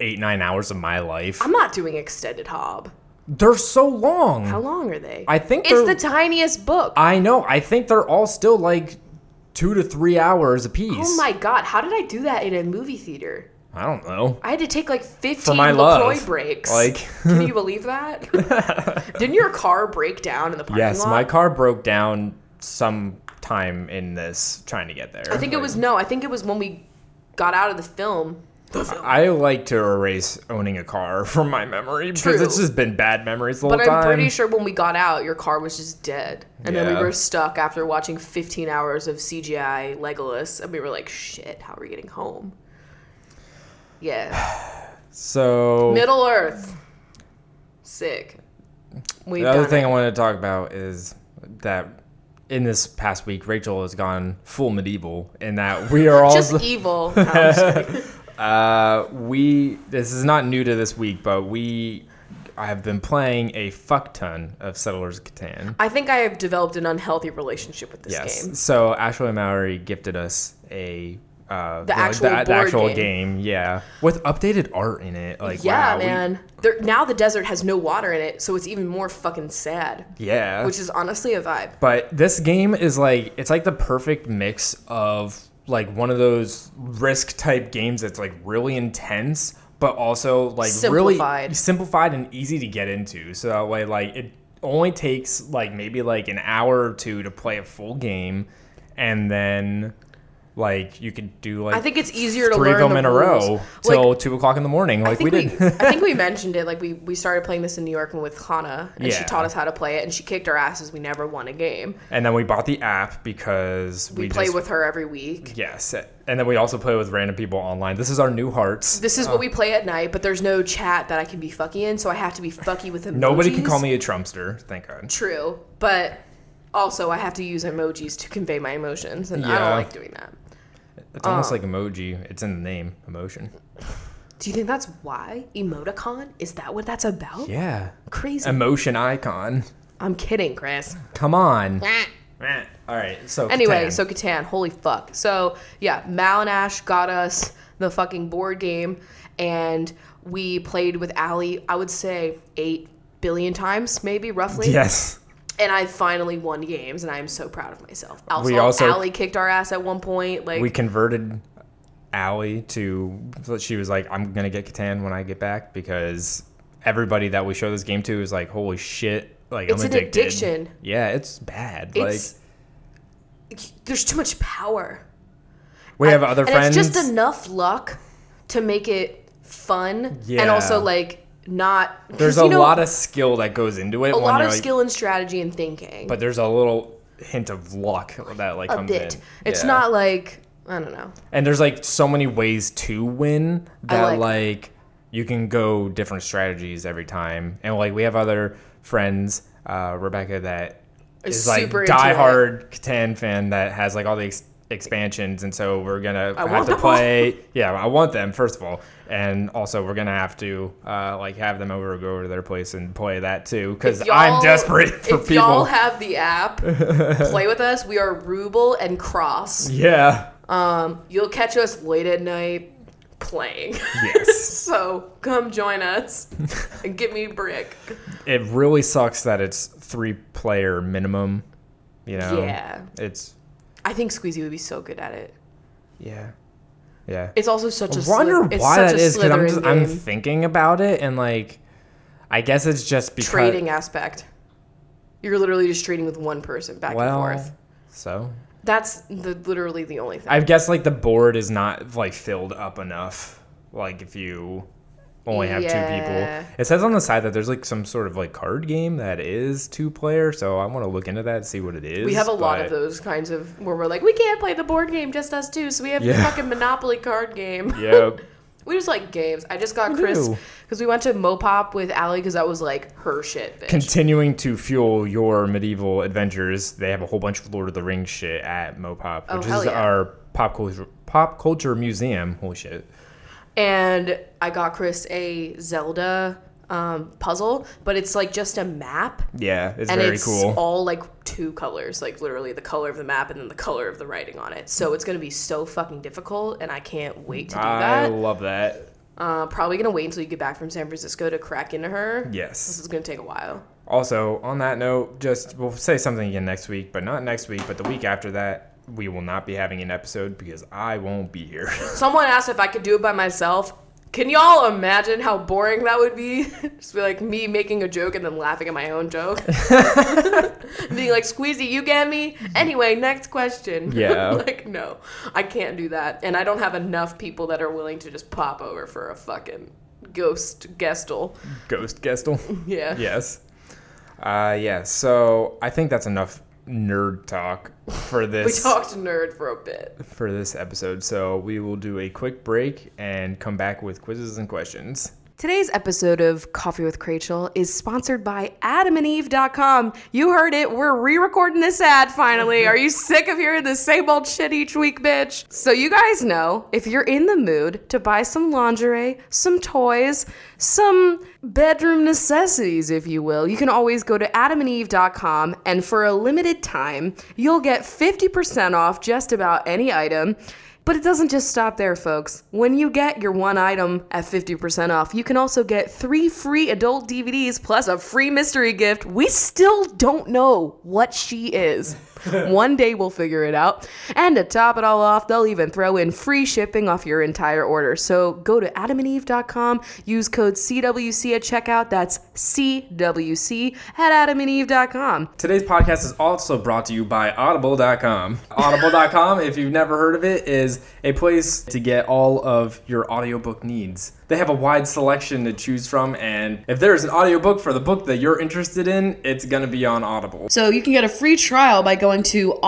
eight nine hours of my life.
I'm not doing extended Hob.
they're so long.
How long are they?
I think
it's the
they're-
tiniest book.
I know. I think they're all still like two to three hours apiece.
oh my god! How did I do that in a movie theater?
I don't know.
I had to take like 15
For my
LaCroix
love,
breaks.
like-
can you believe that? Didn't your car break down in the parking
Yes,
lot?
my car broke down sometime in this trying to get there.
I think it was no. I think it was when we got out of the film. The film.
I like to erase owning a car from my memory because
True.
it's just been bad memories the
But
whole time.
I'm pretty sure when we got out, your car was just dead, and then
Yeah.
we were stuck after watching 15 hours of CGI Legolas, and we were like, "Shit, how are we getting home?" Yeah,
So
Middle Earth, sick. We've
the other
done
thing
it.
I wanted to talk about is that in this past week, Rachel has gone full medieval, and that we are all
just evil. No, I'm just kidding.
Uh, we this is not new to this week, but we I have been playing a fuck ton of Settlers of Catan.
I think I have developed an unhealthy relationship with this
Yes.
game.
So Ashley Mallory gifted us a uh, the,
actual board
actual
game.
game. yeah, with updated art in it. Like
yeah,
wow, we-
man. There, now the desert has no water in it, so it's even more fucking sad,
yeah,
which is honestly a vibe.
But this game is like it's like the perfect mix of like one of those risk type games that's like really intense but also like really
Simplified.
simplified and easy to get into. So that way like it only takes like maybe like an hour or two to play a full game and then like you could do like
I think it's easier to
three
learn
of them
the
in
rules.
a row
Like,
till two o'clock in the morning
I
like we
think we,
did.
I think we mentioned it. Like we, we started playing this in New York and with Hana, and she
Yeah.
taught us how to play it, and she kicked our asses. We never won a game.
and then we bought the app because we,
We, play
just,
with her every week.
Yes, and then we also play with random people online. This is our new hearts.
This is what we play at night, but there's no chat that I can be fucky in, so I have to be fucky with emojis.
Nobody can call me a Trumpster, thank God.
True, but also I have to use emojis to convey my emotions, and I don't
Yeah.
like doing that.
It's almost
Ah.
like emoji. It's in the name, emotion.
Do you think that's why emoticon? Is that what that's about?
Yeah. Um,
Crazy.
Emotion icon.
I'm kidding, Chris.
Come on. Eh. All right. So
Anyway,
Catan.
so Catan, holy fuck. So yeah, Mal and Ash got us the fucking board game, and we played with Allie. I would say eight billion times, maybe roughly.
yes,
And I finally won games, and I am so proud of myself. Also,
We also-
Allie kicked our ass at one point. Like
we converted Allie to. so She was like, "I'm gonna get Catan when I get back," because everybody that we show this game to is like, "Holy shit!" Like
It's
I'm
an
addicted.
addiction.
Yeah, it's bad.
it's there's too much power.
like we have other
and
friends.
It's just enough luck to make it fun and
Yeah.
also like not. 'cause,
there's
you
a
know,
lot of skill that goes into it.
a
when
lot
you're
of
like-
skill and strategy and thinking.
but there's a little hint of luck that like
a
comes
bit.
in.
It's
Yeah.
not like I don't know.
and there's like so many ways to win that
like-
like you can go different strategies every time. And like we have other friends, uh, Rebecca that
Is
is, like
super into it.
diehard Catan fan that has like all the ex- expansions, and so we're gonna have
want
to
them all.
play. yeah, I want them first of all, and also we're gonna have to uh, like have them over, go over to their place and play that too, because
If
I'm
y'all-
desperate for
if
people.
y'all have the app, play with us. We are Ruble and Cross.
yeah.
You'll catch us late at night playing.
Yes.
so come join us and get me a brick.
it really sucks that it's three player minimum. You know.
Yeah.
It's
I think Squeezy would be so good at it.
yeah. Yeah.
It's also such a
I wonder
slith- it's
why
such
that
a
is because I'm
Slytherin
just, I'm
game.
thinking about it and like I guess it's just because
trading aspect. You're literally just trading with one person back
well,
and forth.
So
That's the literally the only thing.
I guess like the board is not like filled up enough. Like if you only have
Yeah.
two people, it says on the side that there's like some sort of like card game that is two player. So I want to look into that and see what it is.
we have a lot of
but-
those kinds of where we're like, we can't play the board game, just us two. So we have the
Yeah.
fucking Monopoly card game.
Yep.
We just like games. I just got
We
Chris
do.
because we went to Mopop with Allie because that was like her shit, bitch.
continuing to fuel your medieval adventures, they have a whole bunch of Lord of the Rings shit at Mopop,
Oh,
which
hell
is
yeah.
our pop culture pop culture museum. Holy shit!
and I got Chris a Zelda um, puzzle, but it's like just a map.
Yeah, it's
and
very
it's
cool.
all like two colors, like literally the color of the map and then the color of the writing on it. So it's gonna be so fucking difficult, and I can't wait to do
I
that.
love that.
Uh, probably gonna wait until you get back from San Francisco to crack into her. This
Yes.
is gonna take a while.
Also, on that note, just we'll say something again next week, but not next week, but the week after that, we will not be having an episode because I won't be here.
Someone asked if I could do it by myself. Can y'all imagine how boring that would be? Just be like me making a joke and then laughing at my own joke. Being like, Squeezy, you get me? Anyway, next question.
Yeah.
like, no, I can't do that. And I don't have enough people that are willing to just pop over for a fucking ghost guestal.
Ghost Gestel.
Yeah.
yes. Uh, yeah. So I think that's enough nerd talk for
We
this.
talked nerd for a bit.
for this episode. So we will do a quick break and come back with quizzes and questions.
Today's episode of Coffee with Crachel is sponsored by adamandeve.com. You heard it. We're re recording this ad finally. Are you sick of hearing the same old shit each week, bitch? So, you guys know if you're in the mood to buy some lingerie, some toys, some bedroom necessities, if you will, you can always go to adamandeve.com and for a limited time, you'll get 50% off just about any item. But it doesn't just stop there, folks. When you get your one item at 50% off, you can also get three free adult DVDs plus a free mystery gift. We still don't know what she is. one day we'll figure it out. And to top it all off, they'll even throw in free shipping off your entire order. So go to adamandeve.com, use code CWC at checkout. That's CWC at adamandeve.com.
Today's podcast is also brought to you by Audible.com. Audible.com, if you've never heard of it, is a place to get all of your audiobook needs. They have a wide selection to choose from, and if there's an audiobook for the book that you're interested in, it's going to be on Audible.
So you can get a free trial by going to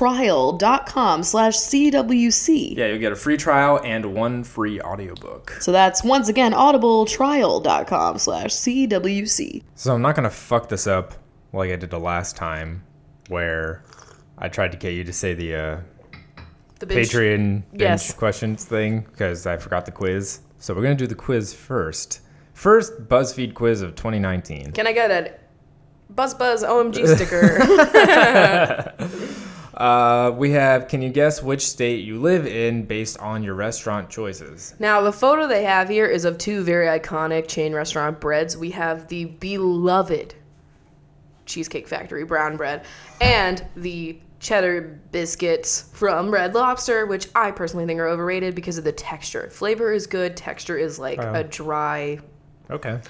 audibletrial.com slash CWC.
Yeah, you'll get a free trial and one free audiobook.
So that's once again audibletrial.com slash CWC.
So I'm not gonna fuck this up like I did the last time, where I tried to get you to say the uh,
The
Patreon binge
Yes.
questions thing because I forgot the quiz. So we're gonna do the quiz first. First BuzzFeed quiz of 2019.
Can I get a Buzz Buzz OMG sticker?
Uh, we have. Can you guess which state you live in based on your restaurant choices?
now, the photo they have here is of two very iconic chain restaurant breads. We have the beloved Cheesecake Factory brown bread and the cheddar biscuits from Red Lobster, which I personally think are overrated because of the texture. Flavor is good, texture is like a dry
Okay.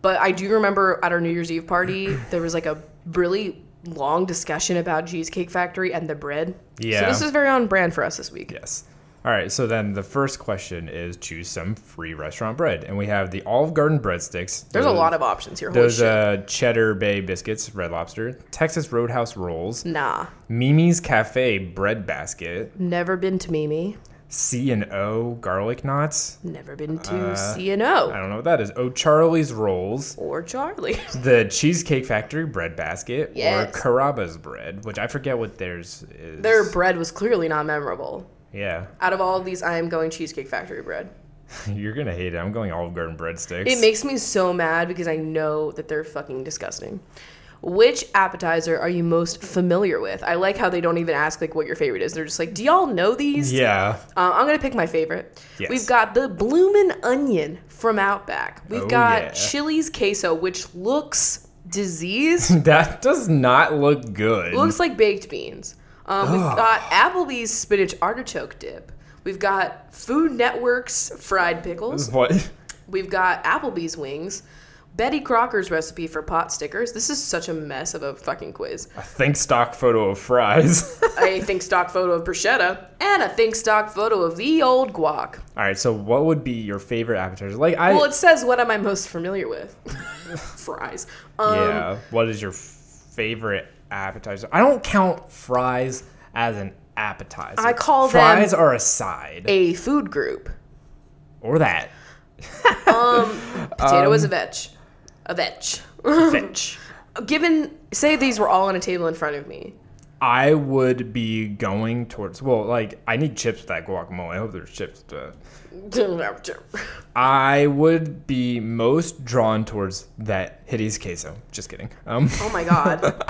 But I do remember at our New Year's Eve party, there was like a really long discussion about Cheesecake Factory and the bread. So
Yeah.
this is very on brand for us this week.
Yes. All right. So then the first question is choose some free restaurant bread, and we have the Olive Garden breadsticks.
There's a lot of options here. Holy
Those
shit.
uh, Cheddar Bay biscuits, Red Lobster, Texas Roadhouse rolls,
nah.
Mimi's Cafe bread basket,
Never been to Mimi.
C and O garlic knots.
Never been to
Uh,
C and
I
O
don't know what that is. Oh, Charlie's rolls,
or Charlie.
the Cheesecake Factory bread basket,
Yes.
or Caraba's bread, which I forget what theirs is.
Their bread was clearly not memorable.
yeah,
Out of all of these, I am going Cheesecake Factory bread.
you're gonna hate it. I'm going Olive Garden breadsticks.
It makes me so mad because I know that they're fucking disgusting. Which appetizer are you most familiar with? I like how they don't even ask like what your favorite is. They're just like, do y'all know these?
yeah,
Uh, I'm gonna pick my favorite.
Yes.
We've got the bloomin' onion from Outback. We've
Oh,
got
yeah.
Chili's queso, which looks diseased.
that does not look good.
It looks like baked beans. Um, we've
Ugh.
got Applebee's spinach artichoke dip. We've got Food Network's fried pickles.
what?
We've got Applebee's wings. Betty Crocker's recipe for pot stickers. This is such a mess of a fucking quiz.
A think stock photo of fries.
A think stock photo of bruschetta and a think stock photo of the old guac.
All right, so what would be your favorite appetizer? Like I,
Well, it says what am I most familiar with? Fries. Um,
yeah. What is your f- favorite appetizer? I don't count fries as an appetizer.
I call them-
fries are a side
A food group.
or that
Potato is a veg. A veg.
fetch.
Given, say these were all on a table in front of me.
I would be going towards well, like I need chips with that guacamole. I hope there's chips. To,
Oh
I would be most drawn towards that hideous queso. Just kidding. Um,
Oh my god.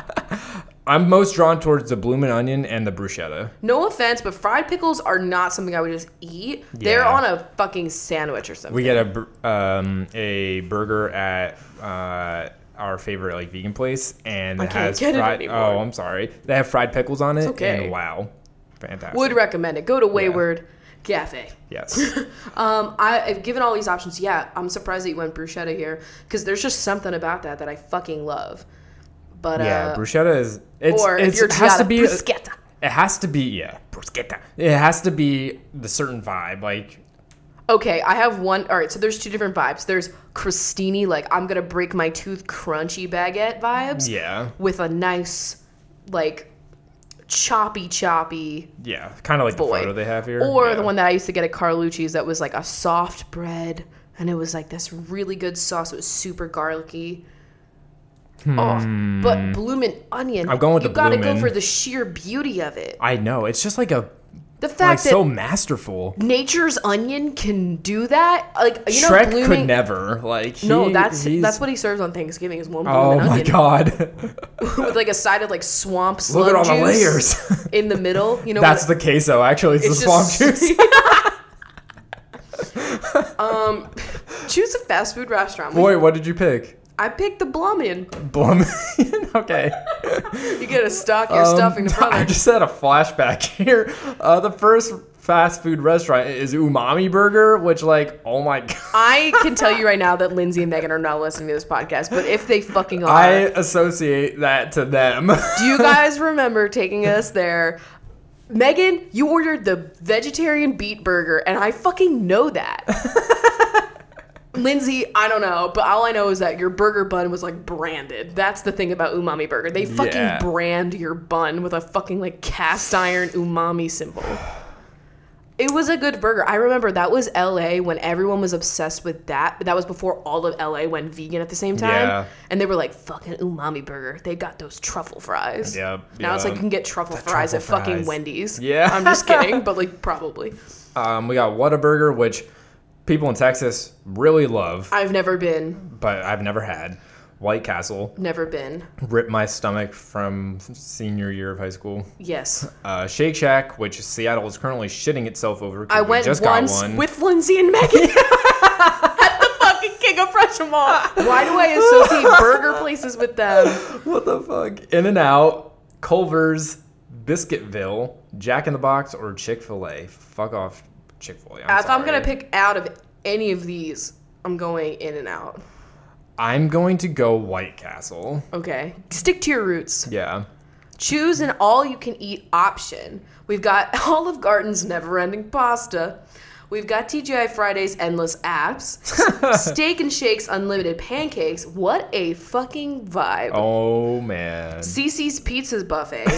I'm most drawn towards the bloomin' onion and the bruschetta.
No offense, but fried pickles are not something I would just eat. They're
Yeah.
on a fucking sandwich or something.
We get a bur- um, a burger at uh, our favorite like vegan place, and it
can't
has
get it
fried.
anymore.
oh, I'm sorry. They have fried pickles on it.
okay.
And wow, fantastic.
Would recommend it. Go to Wayward Cafe.
yes.
Um, I, I've given all these options. Yeah, I'm surprised that you went bruschetta here because there's just something about that that I fucking love. But
yeah,
uh,
bruschetta is. It's,
or
it's,
if you're
it has to
Giada,
be. uh,
bruschetta.
It has to be yeah, bruschetta. It has to be the certain vibe. Like
Okay, I have one. All right, so there's two different vibes. There's Christini, like I'm gonna break my tooth, crunchy baguette vibes,
yeah,
with a nice, like, choppy, choppy
yeah, kind of like
boy.
the photo they have here.
Or
yeah.
the one that I used to get at Carlucci's that was like a soft bread and it was like this really good sauce. It was super garlicky. Oh, but bloomin' onion.
Hmm. I'm going with
you
the
gotta go
bloomin'.
for the sheer beauty of it.
I know. It's just like a
The
like
fact that
so masterful.
nature's onion can do that, like you know,
Shrek
blooming.
could never like. He,
no, that's
he's-
that's what he serves on Thanksgiving is one
Oh
bloomin'
my
onion
god.
with like a side of like swamp slug
Look at all the
juice
layers.
in the middle. You know,
That's
when
the queso, actually. It's,
it's
the swamp
just-
juice.
um, choose a fast food restaurant.
Boy, what did you pick?
I picked the bloomin'.
Blum. okay.
You gotta stock your stuffing to brother.
Um, I just had a flashback here. Uh, the first fast food restaurant is Umami Burger, which, like, oh my god.
I can tell you right now that Lindsay and Megan are not listening to this podcast, but if they fucking are,
I associate that to them.
do you guys remember taking us there? Megan, you ordered the vegetarian beet burger, and I fucking know that. Lindsay, I don't know, but all I know is that your burger bun was like branded. That's the thing about Umami Burger. They fucking
Yeah.
brand your bun with a fucking like cast iron umami symbol. It was a good burger. I remember that was LA when everyone was obsessed with that. But that was before all of LA went vegan at the same time.
Yeah.
And they were like, fucking umami burger. They got those truffle fries.
Yep,
Now it's
yeah.
like you can get truffle fries
truffle
at fucking
fries.
Wendy's.
Yeah.
I'm just kidding, but like probably.
um, we got Whataburger, which people in Texas really love,
I've never been.
but I've never had. White Castle
Never been.
ripped my stomach from senior year of high school.
Yes.
uh, Shake Shack, which Seattle is currently shitting itself over. 'cause
I
we
went
just
once
got one.
with Lindsay and Megan. at the fucking King of Prussia Mall. Why do I associate burger places with them?
what the fuck? In and Out, Culver's, Biscuitville, Jack in the Box, or Chick Fil A. Fuck off, Chick Fil A. I'm,
If I'm gonna
sorry.
pick out of any of these, I'm going in and out.
I'm going to go White Castle.
Okay. Stick to your roots.
Yeah.
Choose an all you can eat option. We've got Olive Garden's never ending pasta. We've got TGI Fridays, endless apps, steak and shakes, unlimited pancakes. What a fucking vibe.
Oh man.
CC's Pizza's buffet,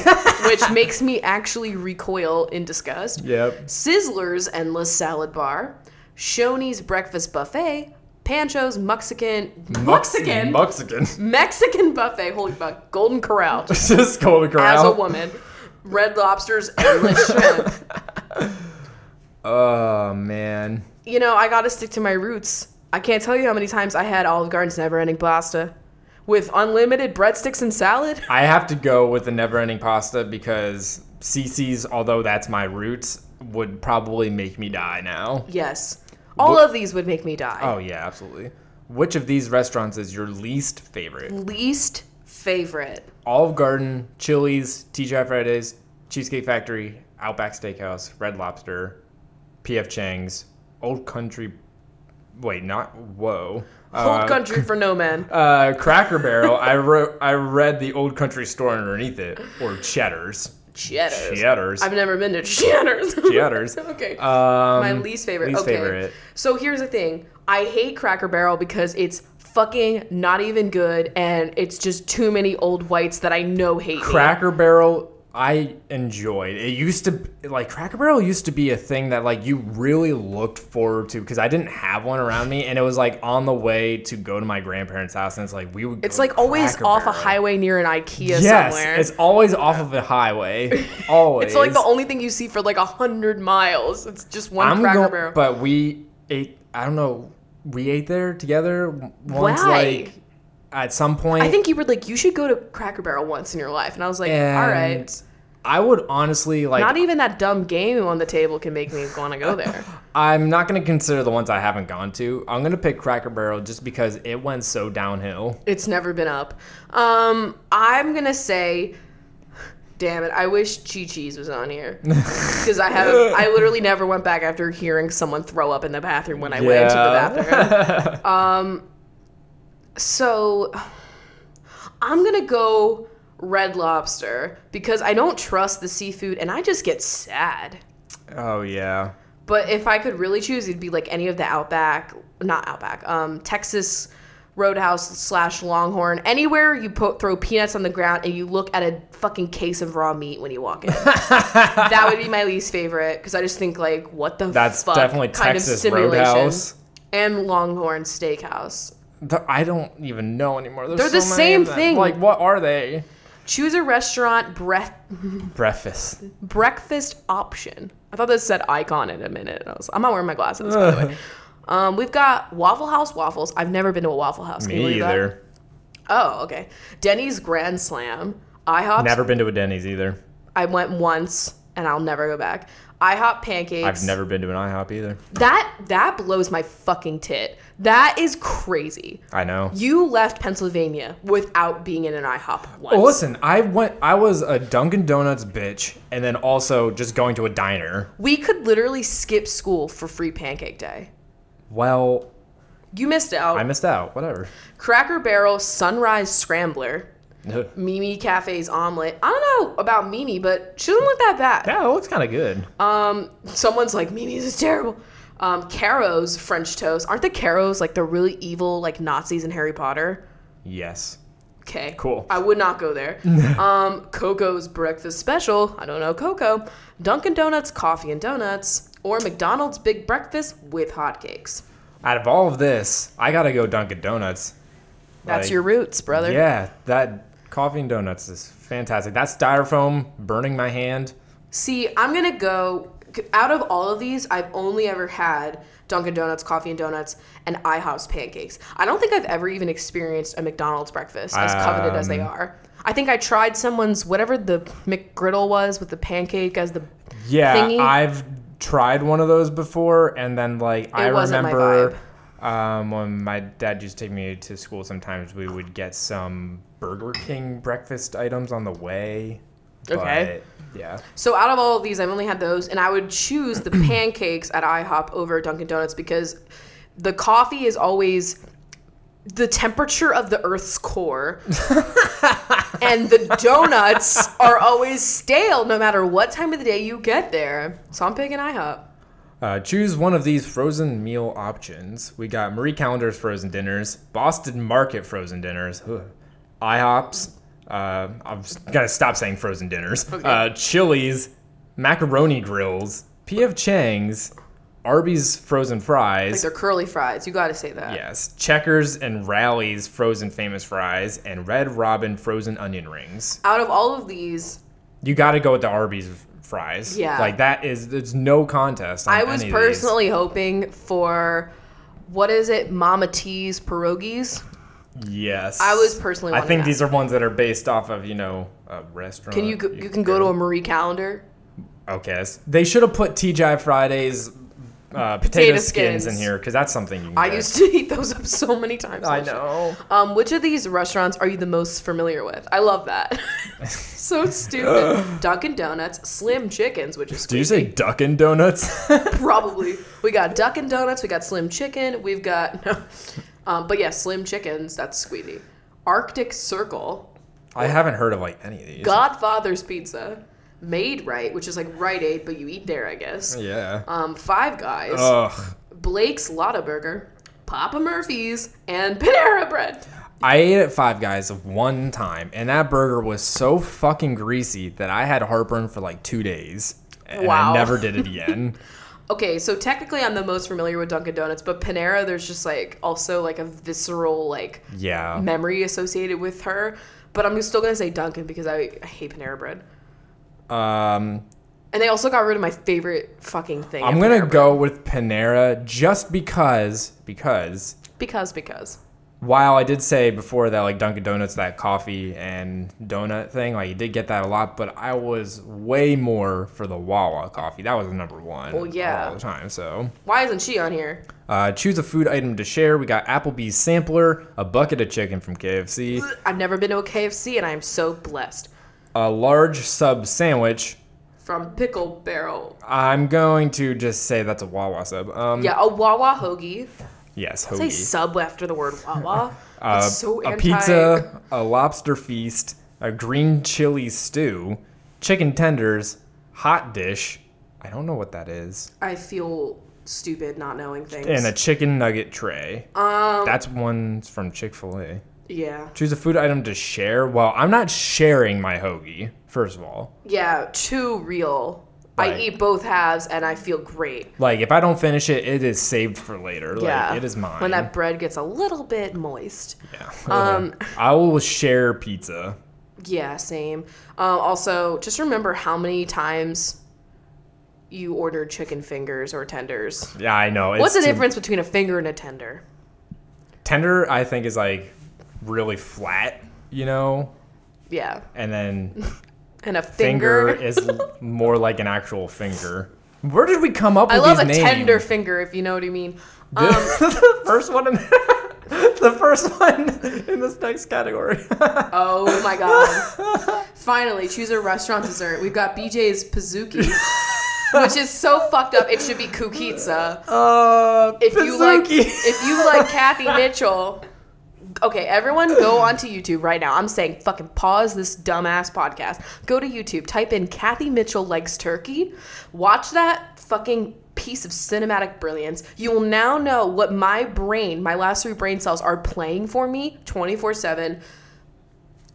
which makes me actually recoil in disgust.
Yep.
Sizzler's endless salad bar, Shoney's breakfast buffet, Pancho's Mexican Mexican
Mexican.
Mexican buffet. Holy fuck! Golden Corral
Just go to ground.
as a woman. Red Lobster's endless shrimp.
Oh man.
You know, I gotta stick to my roots. I can't tell you how many times I had Olive Garden's never-ending pasta with unlimited breadsticks and salad.
I have to go with the never ending pasta because CC's, although that's my roots, would probably make me die now.
Yes, all
Wha-
of these would make me die.
Oh yeah, absolutely. Which of these restaurants is your least favorite?
Least favorite.
Olive Garden, Chili's, TGI Fridays, Cheesecake Factory, Outback Steakhouse, Red Lobster, PF Chang's, Old Country. Wait, not whoa.
Old
Uh,
country for no man.
Uh, Cracker Barrel. I wrote. I read the Old Country store underneath it, or Cheddar's.
Cheddar's.
Cheddar's.
I've never been to Cheddar's.
Cheddar's.
okay.
Um, My
My least favorite.
least
okay.
favorite.
So here's the thing. I hate Cracker Barrel because it's fucking not even good and it's just too many old whites that I know hate me.
Cracker Barrel. I enjoyed. It used to like Cracker Barrel used to be a thing that like you really looked forward to because I didn't have one around me, and it was like on the way to go to my grandparents' house, and it's like we would.
It's
go to
like always
Cracker
off a
Barrel.
highway near an IKEA
Yes,
somewhere.
it's always off of a highway. Always.
It's like the only thing you see for like a hundred miles. It's just one
I'm
Cracker
going,
Barrel.
but we ate. I don't know. We ate there together once,
Why?
like at some point.
I think you were like, you should go to Cracker Barrel once in your life, and I was like, all right.
and I would honestly like.
Not even that dumb game on the table can make me want to go there.
I'm not going to consider the ones I haven't gone to. I'm going to pick Cracker Barrel just because it went so downhill.
It's never been up. Um, I'm gonna say, damn it! I wish Chi Chi's was on here because I have I literally never went back after hearing someone throw up in the bathroom when I went into the bathroom. Uh, So I'm gonna go Red Lobster because I don't trust the seafood and I just get sad.
oh yeah.
But if I could really choose, it'd be like any of the Outback, not Outback, um, Texas Roadhouse slash Longhorn. Anywhere you put throw peanuts on the ground and you look at a fucking case of raw meat when you walk in. that would be my least favorite because I just think like, what the
That's
fuck
definitely
kind of
Texas
simulation?
Roadhouse.
and Longhorn Steakhouse.
The- I don't even know anymore. There's
They're the
so many of
same
them.
thing.
Like, what are they?
Choose a restaurant breath
Breakfast.
breakfast option. I thought that said icon in a minute. and I was, I'm not wearing my glasses, by the way. Um, we've got Waffle House waffles. I've never been to a Waffle House. Can you
Me
believe that?
either.
Oh, okay. Denny's Grand Slam. IHOP.
Never been to a Denny's either.
I went once, and I'll never go back. IHOP pancakes.
I've never been to an IHOP either.
That that blows my fucking tit. That is crazy.
I know.
You left Pennsylvania without being in an IHOP once.
Well, listen, I went. I was a Dunkin' Donuts bitch, and then also just going to a diner.
We could literally skip school for free pancake day.
Well,
You missed out.
I missed out. Whatever.
Cracker Barrel Sunrise Scrambler, Mimi Cafe's omelet. I don't know about Mimi, but she doesn't look that bad.
Yeah, it looks kind of good.
Um, someone's like, Mimi's is terrible. Um, Caro's French toast. Aren't the Caro's like the really evil like Nazis in Harry Potter?
yes.
Okay.
Cool.
I would not go there. um, Coco's breakfast special. I don't know Coco. Dunkin' Donuts coffee and donuts, or McDonald's big breakfast with hotcakes.
Out of all of this, I gotta go Dunkin' Donuts.
That's
Like,
your roots, brother.
Yeah, that coffee and donuts is fantastic. That styrofoam burning my hand.
See, I'm gonna go out of all of these. I've only ever had Dunkin' Donuts, coffee and donuts, and IHOP's pancakes. I don't think I've ever even experienced a McDonald's breakfast, as coveted as they
Um,
are. I think I tried someone's whatever the McGriddle was with the pancake as the.
Yeah,
Thingy?
I've tried one of those before, and then like I
wasn't my
remember um, when my dad used to take me to school. Sometimes we would get some Burger King breakfast items on the way.
Okay.
but, yeah.
So out of all of these, I've only had those, and I would choose the pancakes at IHOP over Dunkin' Donuts because the coffee is always the temperature of the Earth's core, and the donuts are always stale no matter what time of the day you get there. So I'm picking IHOP.
Uh, choose one of these frozen meal options. We got Marie Callender's frozen dinners, Boston Market frozen dinners, ugh, IHOP's. Uh, I've got to stop saying frozen dinners. Uh, Chili's, macaroni grills, P.F. Chang's, Arby's frozen
Like
fries.
they're curly fries. You got to say that.
yes, Checkers and Rally's frozen famous fries, and Red Robin frozen onion rings.
Out of all of these,
You got to go with the Arby's fries.
Yeah.
like that is there's no contest. on
I was
any of these.
personally hoping for what is it, Mama T's pierogies.
Yes.
I was personally
I
wanting
think
that.
these are ones that are based off of you know a restaurant.
Can you go- you can go to a Marie Calendar?
Okay, that's- they should have put TGI Fridays uh, potato, skins, in
skins.
here because that's something you. Can
I
get.
used to eat those up so many times.
I know.
Um, which of these restaurants are you the most familiar with? I love that. so stupid. Dunkin' Donuts, Slim Chickens, which is
Do you
squeaky.
say Dunkin' Donuts?
probably. We got Dunkin' Donuts, we got Slim Chicken, we've got no, um, but yeah, Slim Chickens. That's squeaky. Arctic Circle,
I haven't heard of like any of these.
Godfather's Pizza, Made Right, which is like Rite Aid, but you eat there, I guess.
Yeah.
Um, Five Guys,
Ugh.
Blake's Lotta Burger, Papa Murphy's, and Panera Bread.
I ate at Five Guys one time, and that burger was so fucking greasy that I had heartburn for like two days, and
Wow.
I never did it again.
Okay, so technically I'm the most familiar with Dunkin' Donuts, but Panera, there's just like also like a visceral like
yeah.
memory associated with her. But I'm still gonna say Dunkin' because I, I hate Panera bread.
Um.
And they also got rid of my favorite fucking thing.
I'm
at
gonna
Panera
go with Panera just because because
Bread. because because
while I did say before that like Dunkin' Donuts that coffee and donut thing like you did get that a lot, but I was way more for the Wawa coffee. That was number one.
Well, yeah.
all the time. So
why isn't she on here?
uh, choose a food item to share. We got Applebee's sampler, a bucket of chicken from KFC,
I've never been to a KFC and I'm so blessed.
a large sub sandwich.
From Pickle Barrel,
I'm going to just say that's a Wawa sub. Um,
yeah, a Wawa hoagie.
Yes,
Say
hoagie.
sub after the word Wawa.
Uh,
That's so
a
anti.
pizza, a lobster feast, a green chili stew, chicken tenders, hot dish. I don't know what that is.
I feel stupid not knowing things.
And a chicken nugget tray.
Um,
That's one from Chick Fil A.
yeah.
Choose a food item to share. Well, I'm not sharing my hoagie. First of all,
Yeah, too real. I
Right.
eat both halves and I feel great.
like if I don't finish it, it is saved for later.
yeah.
Like it is mine.
When that bread gets a little bit moist.
Yeah.
um,
I will share pizza.
Yeah, same. Um, also, just remember how many times you ordered chicken fingers or tenders.
Yeah, I know.
What's the
it's-
difference between a finger and a tender?
Tender, I think, is like really flat. You know,
Yeah.
and then
And a
finger,
finger.
is l- more like an actual finger. Where did we come up
I
with
love a
these names?
tender um, finger, if you know what I mean.
The, the first one in the first one in this next category.
Oh my god. Finally, choose a restaurant dessert. We've got BJ's Pizookie, which is so fucked up. It should be Kukitsa.
Uh,
If you like
Pizookie.
if you like Kathy Mitchell, okay, everyone go onto YouTube right now. I'm saying fucking pause this dumbass podcast. Go to YouTube, type in Kathy Mitchell likes turkey. Watch that fucking piece of cinematic brilliance. You will now know what my brain, my last three brain cells are playing for me 24/7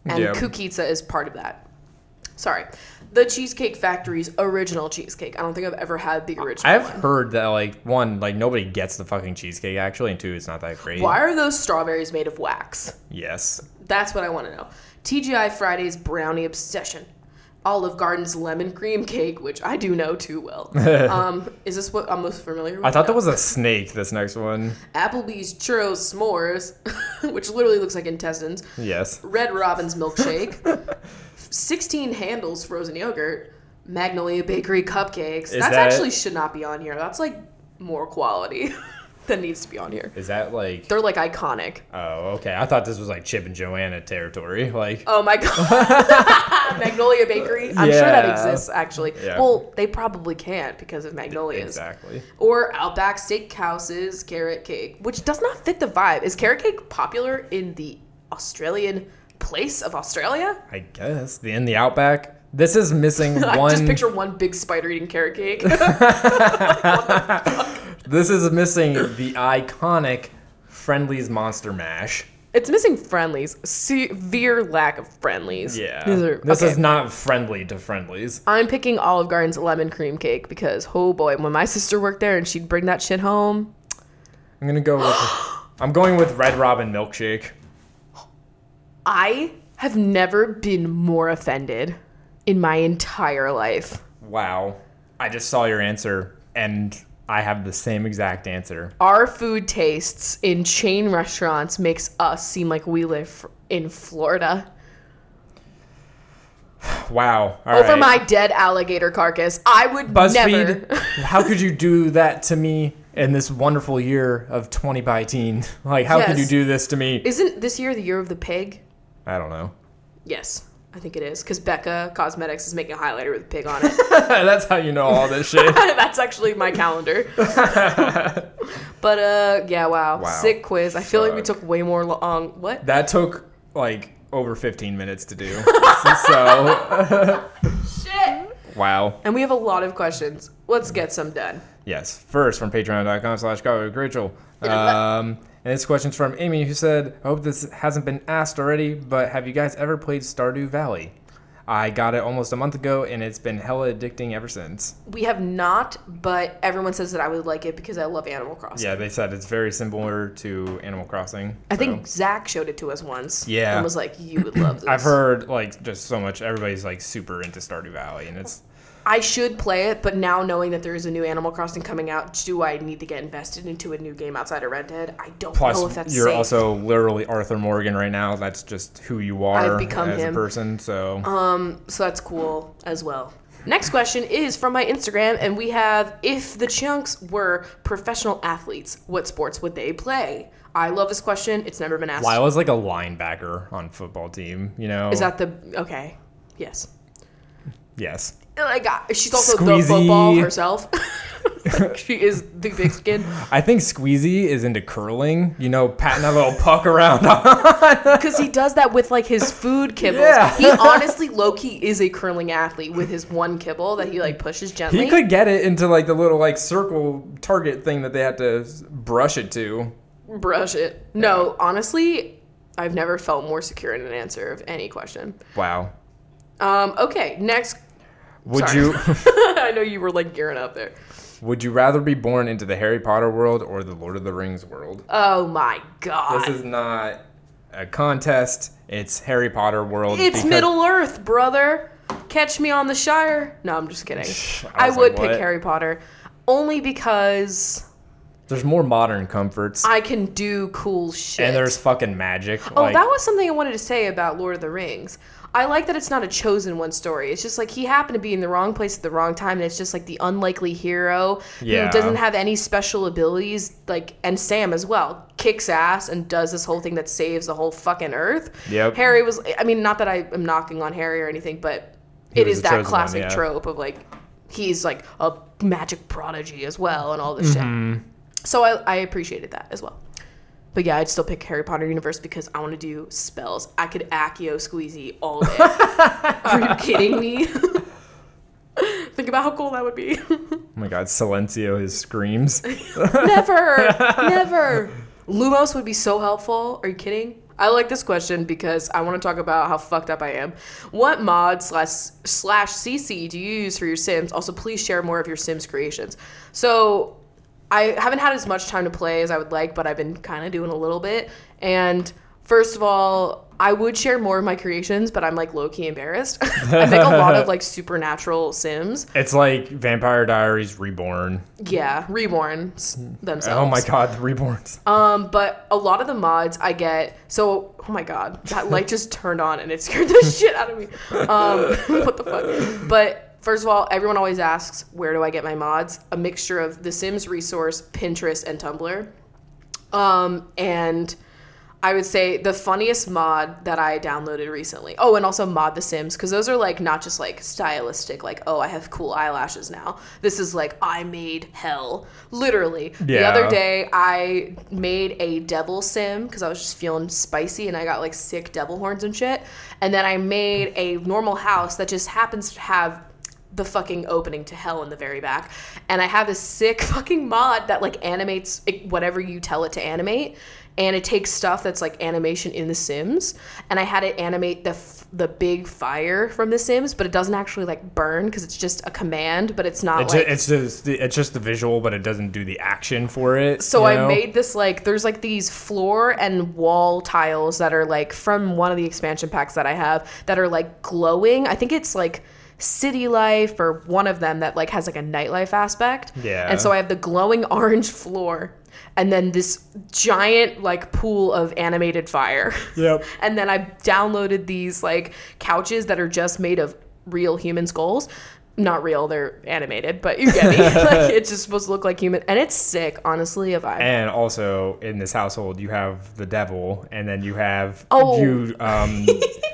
and
Yeah.
Kukitsa is part of that. Sorry. The Cheesecake Factory's original cheesecake. I don't think I've ever had the original.
I've
one.
heard that like one, like nobody gets the fucking cheesecake actually, and two, it's not that great.
Why are those strawberries made of wax?
Yes,
That's what I want to know. TGI Friday's brownie obsession. Olive Garden's lemon cream cake, which I do know too well. um, is this what I'm most familiar with?
I thought
No.
that was a snake. This next one,
Applebee's churros s'mores, which literally looks like intestines.
yes.
Red Robin's milkshake. 16 handles frozen yogurt. Magnolia Bakery cupcakes. That
that-
actually should not be on here. That's like more quality than needs to be on here.
Is that like?
They're like iconic.
Oh, okay. I thought this was like Chip and Joanna territory. Like,
Oh my god. Magnolia Bakery. I'm sure
Yeah.
that exists actually.
Yeah.
Well, they probably can't because of Magnolias.
exactly.
Or Outback Steakhouse's carrot cake, which does not fit the vibe. Is carrot cake popular in the Australian place of Australia?
I guess the in the outback. This is missing
I just
one.
picture one big spider eating carrot cake.
This is missing the iconic Friendlies Monster Mash.
it's missing friendlies. Severe lack of friendlies.
Yeah.
These are,
this
okay.
is not friendly to Friendlies.
I'm picking Olive Garden's lemon cream cake because, oh boy, when my sister worked there and she'd bring that shit home,
I'm gonna go with. I'm going with Red Robin Milkshake.
I have never been more offended in my entire life.
Wow. I just saw your answer, and I have the same exact answer.
Our food tastes in chain restaurants makes us seem like we live in Florida.
Wow. All
Over
right.
my dead alligator carcass, I would
BuzzFeed,
never.
how could you do that to me in this wonderful year of 20 by teen? Like, how could you
Yes.
do this to me?
Isn't this year the year of the pig?
I don't know.
Yes, I think it is because Becca Cosmetics is making a highlighter with a pig on it.
That's how you know all this shit.
That's actually my calendar. but uh, yeah, wow.
Wow.
sick quiz. I feel like we
Fuck.
took way more long. What?
That took like over 15 minutes to do. so,
Shit.
wow.
And we have a lot of questions. Let's get some done.
Yes. First from patreon.com slash Garlic Rachel. Um, and this question's from Amy who said, I hope this hasn't been asked already, but have you guys ever played Stardew Valley? I got it almost a month ago and it's been hella addicting ever since.
We have not, but everyone says that I would like it because I love Animal Crossing.
Yeah, they said it's very similar to Animal Crossing.
I
so.
think Zach showed it to us once.
Yeah.
And was like, you would love this.
I've heard like just so much. Everybody's like super into Stardew Valley, and it's
I should play it, but now knowing that there is a new Animal Crossing coming out, do I need to get invested into a new game outside of Red Dead? I don't
plus
know Oh, if that's
you're
safe.
also literally Arthur Morgan right now. That's just who you are
I've become
as
him. Uh,
a person. So
So that's cool as well. Next question is from my Instagram, and we have if the chunks were professional athletes, what sports would they play? I love this question. It's never been asked.
Lila's like a linebacker on football team. You know,
Is that the okay? Yes.
yes?
And I got. She's also
Squeezy.
the football herself. Like, she is the big skin.
I think Squeezy is into curling. You know, patting that little puck around.
Because he does that with like his food kibbles.
Yeah.
He honestly, low key, is a curling athlete with his one kibble that he like pushes gently.
he could get it into like the little like circle target thing that they had to s- brush it to.
brush it. No, honestly, I've never felt more secure in an answer of any question.
Wow.
Um, okay, next.
Would
Sorry.
you?
I know you were like gearing up there.
Would you rather be born into the Harry Potter world or the Lord of the Rings world?
Oh my god.
This is not a contest. It's Harry Potter world.
it's
because-
Middle Earth, brother. Catch me on the Shire. No, I'm just kidding. I,
I was
would
like,
pick
what?
Harry Potter only because
There's more modern comforts,
I can do cool shit.
and there's fucking magic.
Oh, that was something I wanted to say about Lord of the Rings. I like that it's not a chosen one story. It's just like he happened to be in the wrong place at the wrong time, and it's just like the unlikely hero
Yeah.
who doesn't have any special abilities, like, and Sam as well, kicks ass and does this whole thing that saves the whole fucking earth.
Yep.
Harry was, I mean, not that I am knocking on Harry or anything, but
He
it
was the
is that
chosen one,
classic
yeah.
trope of like, he's like a magic prodigy as well, and all this
Mm-hmm.
shit. So I, I appreciated that as well. But yeah, I'd still pick Harry Potter universe because I want to do spells. I could Accio Squeezy all day. Are you kidding me? Think about how cool that would be.
oh my God, Silencio, his screams.
never, never. Lumos would be so helpful. Are you kidding? I like this question because I want to talk about how fucked up I am. What mod slash slash CC do you use for your Sims? Also, please share more of your Sims creations. So I haven't had as much time to play as I would like, but I've been kind of doing a little bit. And first of all, I would share more of my creations, but I'm like low key embarrassed. I make a lot of like supernatural Sims.
it's like Vampire Diaries reborn.
Yeah, reborns themselves.
Oh my God, the reborns.
Um, but a lot of the mods I get, so oh my god, that light just turned on and it scared the shit out of me. Um, what the fuck? But first of all, everyone always asks where do I get my mods? A mixture of The Sims resource, Pinterest, and Tumblr. Um, and I would say the funniest mod that I downloaded recently. Oh, and also mod The Sims because those are like not just like stylistic, like oh I have cool eyelashes now. This is like I made hell, literally. The
Yeah.
other day I made a devil sim because I was just feeling spicy and I got like sick devil horns and shit. And then I made a normal house that just happens to have the fucking opening to hell in the very back. And I have this sick fucking mod that like animates it, whatever you tell it to animate. And it takes stuff that's like animation in The Sims, and I had it animate the f- the big fire from The Sims, but it doesn't actually like burn because it's just a command, but it's not
It's,
like
ju- it's just the, it's just the visual, but it doesn't do the action for it.
So
you
I
know?
made this like there's like these floor and wall tiles that are like from one of the expansion packs that I have that are like glowing. I think it's like City Life or one of them that like has like a nightlife aspect.
Yeah.
And so I have the glowing orange floor and then this giant like pool of animated fire.
Yep.
and then I downloaded these like couches that are just made of real human skulls. Not real, they're animated, but you get me. like it's just supposed to look like human, and it's sick, honestly. A vibe.
And also in this household, you have the devil, and then you have
Oh.
you um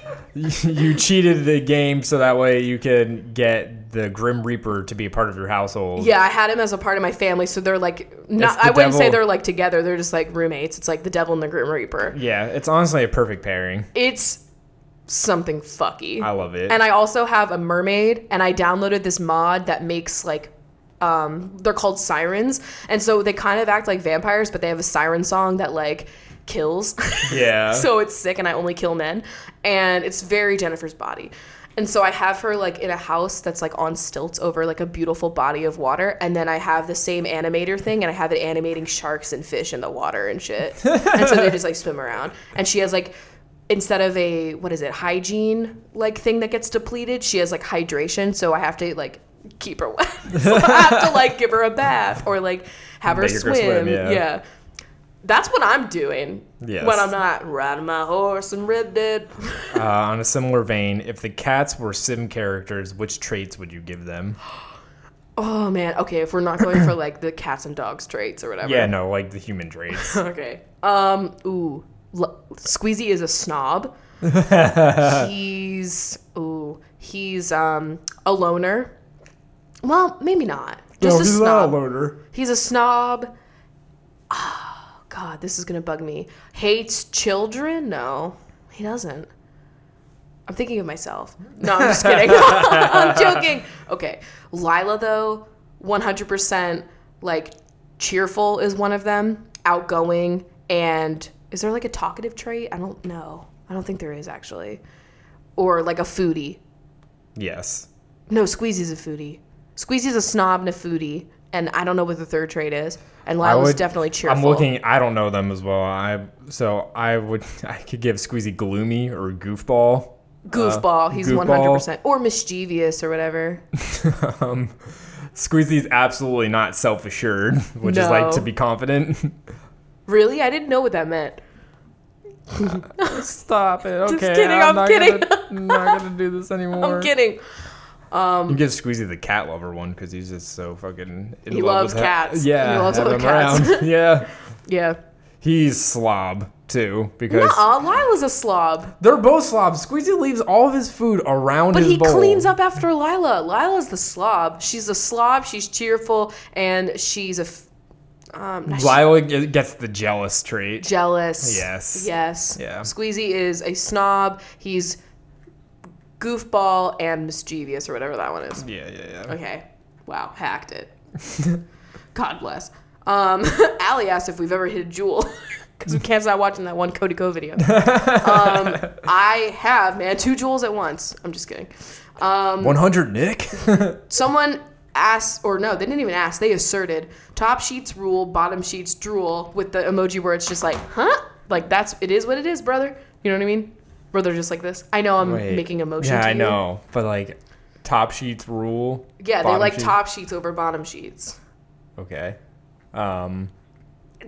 you cheated the game so that way you can get the Grim Reaper to be a part of your household.
yeah, I had him as a part of my family, so they're like not.
It's the
I wouldn't say
devil.
they're like together; they're just like roommates. It's like the devil and the grim reaper.
Yeah, it's honestly a perfect pairing.
It's something fucky.
I love it.
And I also have a mermaid, and I downloaded this mod that makes like, um, they're called sirens, and so they kind of act like vampires, but they have a siren song that like kills.
yeah.
so it's sick, and I only kill men, and it's very Jennifer's body. And so I have her like in a house that's like on stilts over like a beautiful body of water, and then I have the same animator thing, and I have it animating sharks and fish in the water and shit, and so they just like swim around, and she has like instead of a what is it hygiene like thing that gets depleted she has like hydration so i have to like keep her wet so i have to like give her a bath or like have her
Make her
swim.
swim, yeah.
that's what i'm doing
Yes.
when i'm not riding my horse and red dead
uh, on a similar vein, if the cats were sim characters, which traits would you give them?
oh man okay if we're not going for like the cats and dogs traits or whatever
Yeah, no, like the human traits.
okay um ooh L- squeezy is a snob he's ooh he's um a loner well maybe not just a snob
loader.
He's a snob. Oh, God, this is gonna bug me. Hates children? No, he doesn't. I'm thinking of myself. No, I'm just kidding. I'm joking. Okay, Lila though, 100% like cheerful is one of them. Outgoing and is there like a talkative trait? I don't know. I don't think there is actually, or like a foodie.
Yes.
No, Squeezy's a foodie. Squeezy's a snob and a foodie, and I don't know what the third trait is. And Lila's
would-
definitely cheerful.
I'm looking. I don't know them as well. I so I would I could give Squeezy gloomy or goofball.
goofball. He's
uh, goofball.
one hundred percent or mischievous or whatever.
um, Squeezy's absolutely not self assured, which is like
No.
to be confident.
really, I didn't know what that meant.
Stop it. Okay,
kidding, I'm
not
kidding.
Gonna, I'm not gonna do this anymore.
I'm kidding.
You give Squeezy the cat lover one because he's just so fucking. In
He
love
loves
with ha-
cats.
Yeah,
He loves
have
other
him
cats.
around. yeah,
Yeah.
he's slob too because
Nuh-uh, Lila's a slob,
they're both slobs. Squeezy leaves all of his food around
but
his
he
bowl.
cleans up after Lila. Lila's the slob. She's a slob. She's cheerful, and she's a f- um, not-
Lila g- gets the jealous trait.
jealous.
Yes.
Yes.
Yeah.
Squeezy is a snob. He's goofball and mischievous or whatever that one is.
Yeah, yeah, yeah.
Okay. Wow. Hacked it. God bless. Um, Allie asked if we've ever hit a jewel because we can't stop watching that one Cody Co video. Um, I have, man. Two jewels at once. I'm just kidding. Um,
100 Nick?
someone asked, or no, they didn't even ask. They asserted top sheets rule, bottom sheets drool with the emoji where it's just like, huh? Like that's it is what it is, brother. You know what I mean? Where they're just like this. I know I'm
Wait.
making a motion.
Yeah,
to
I
you.
know. But like, top sheets rule.
Yeah, they
bottom
like
sheet-
top sheets over bottom sheets.
Okay. Um,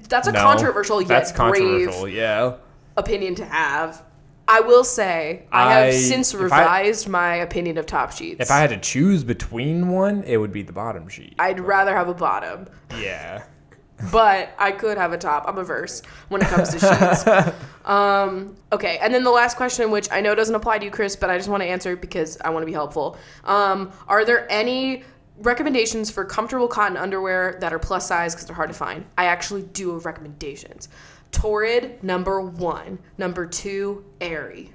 That's a
no.
controversial yet
That's
brave
controversial, yeah.
opinion to have. I will say I,
I-
have since
if I-
revised my opinion of top sheets.
If I had to choose between one, it would be the bottom sheet.
I'd rather have a bottom.
yeah.
but I could have a top. I'm a verse when it comes to sheets. um, okay, and then the last question, which I know doesn't apply to you, Chris, but I just want to answer it because I want to be helpful. Um, are there any recommendations for comfortable cotton underwear that are plus size because they're hard to find? I actually do have recommendations. Torrid, number one. Number two, Airy.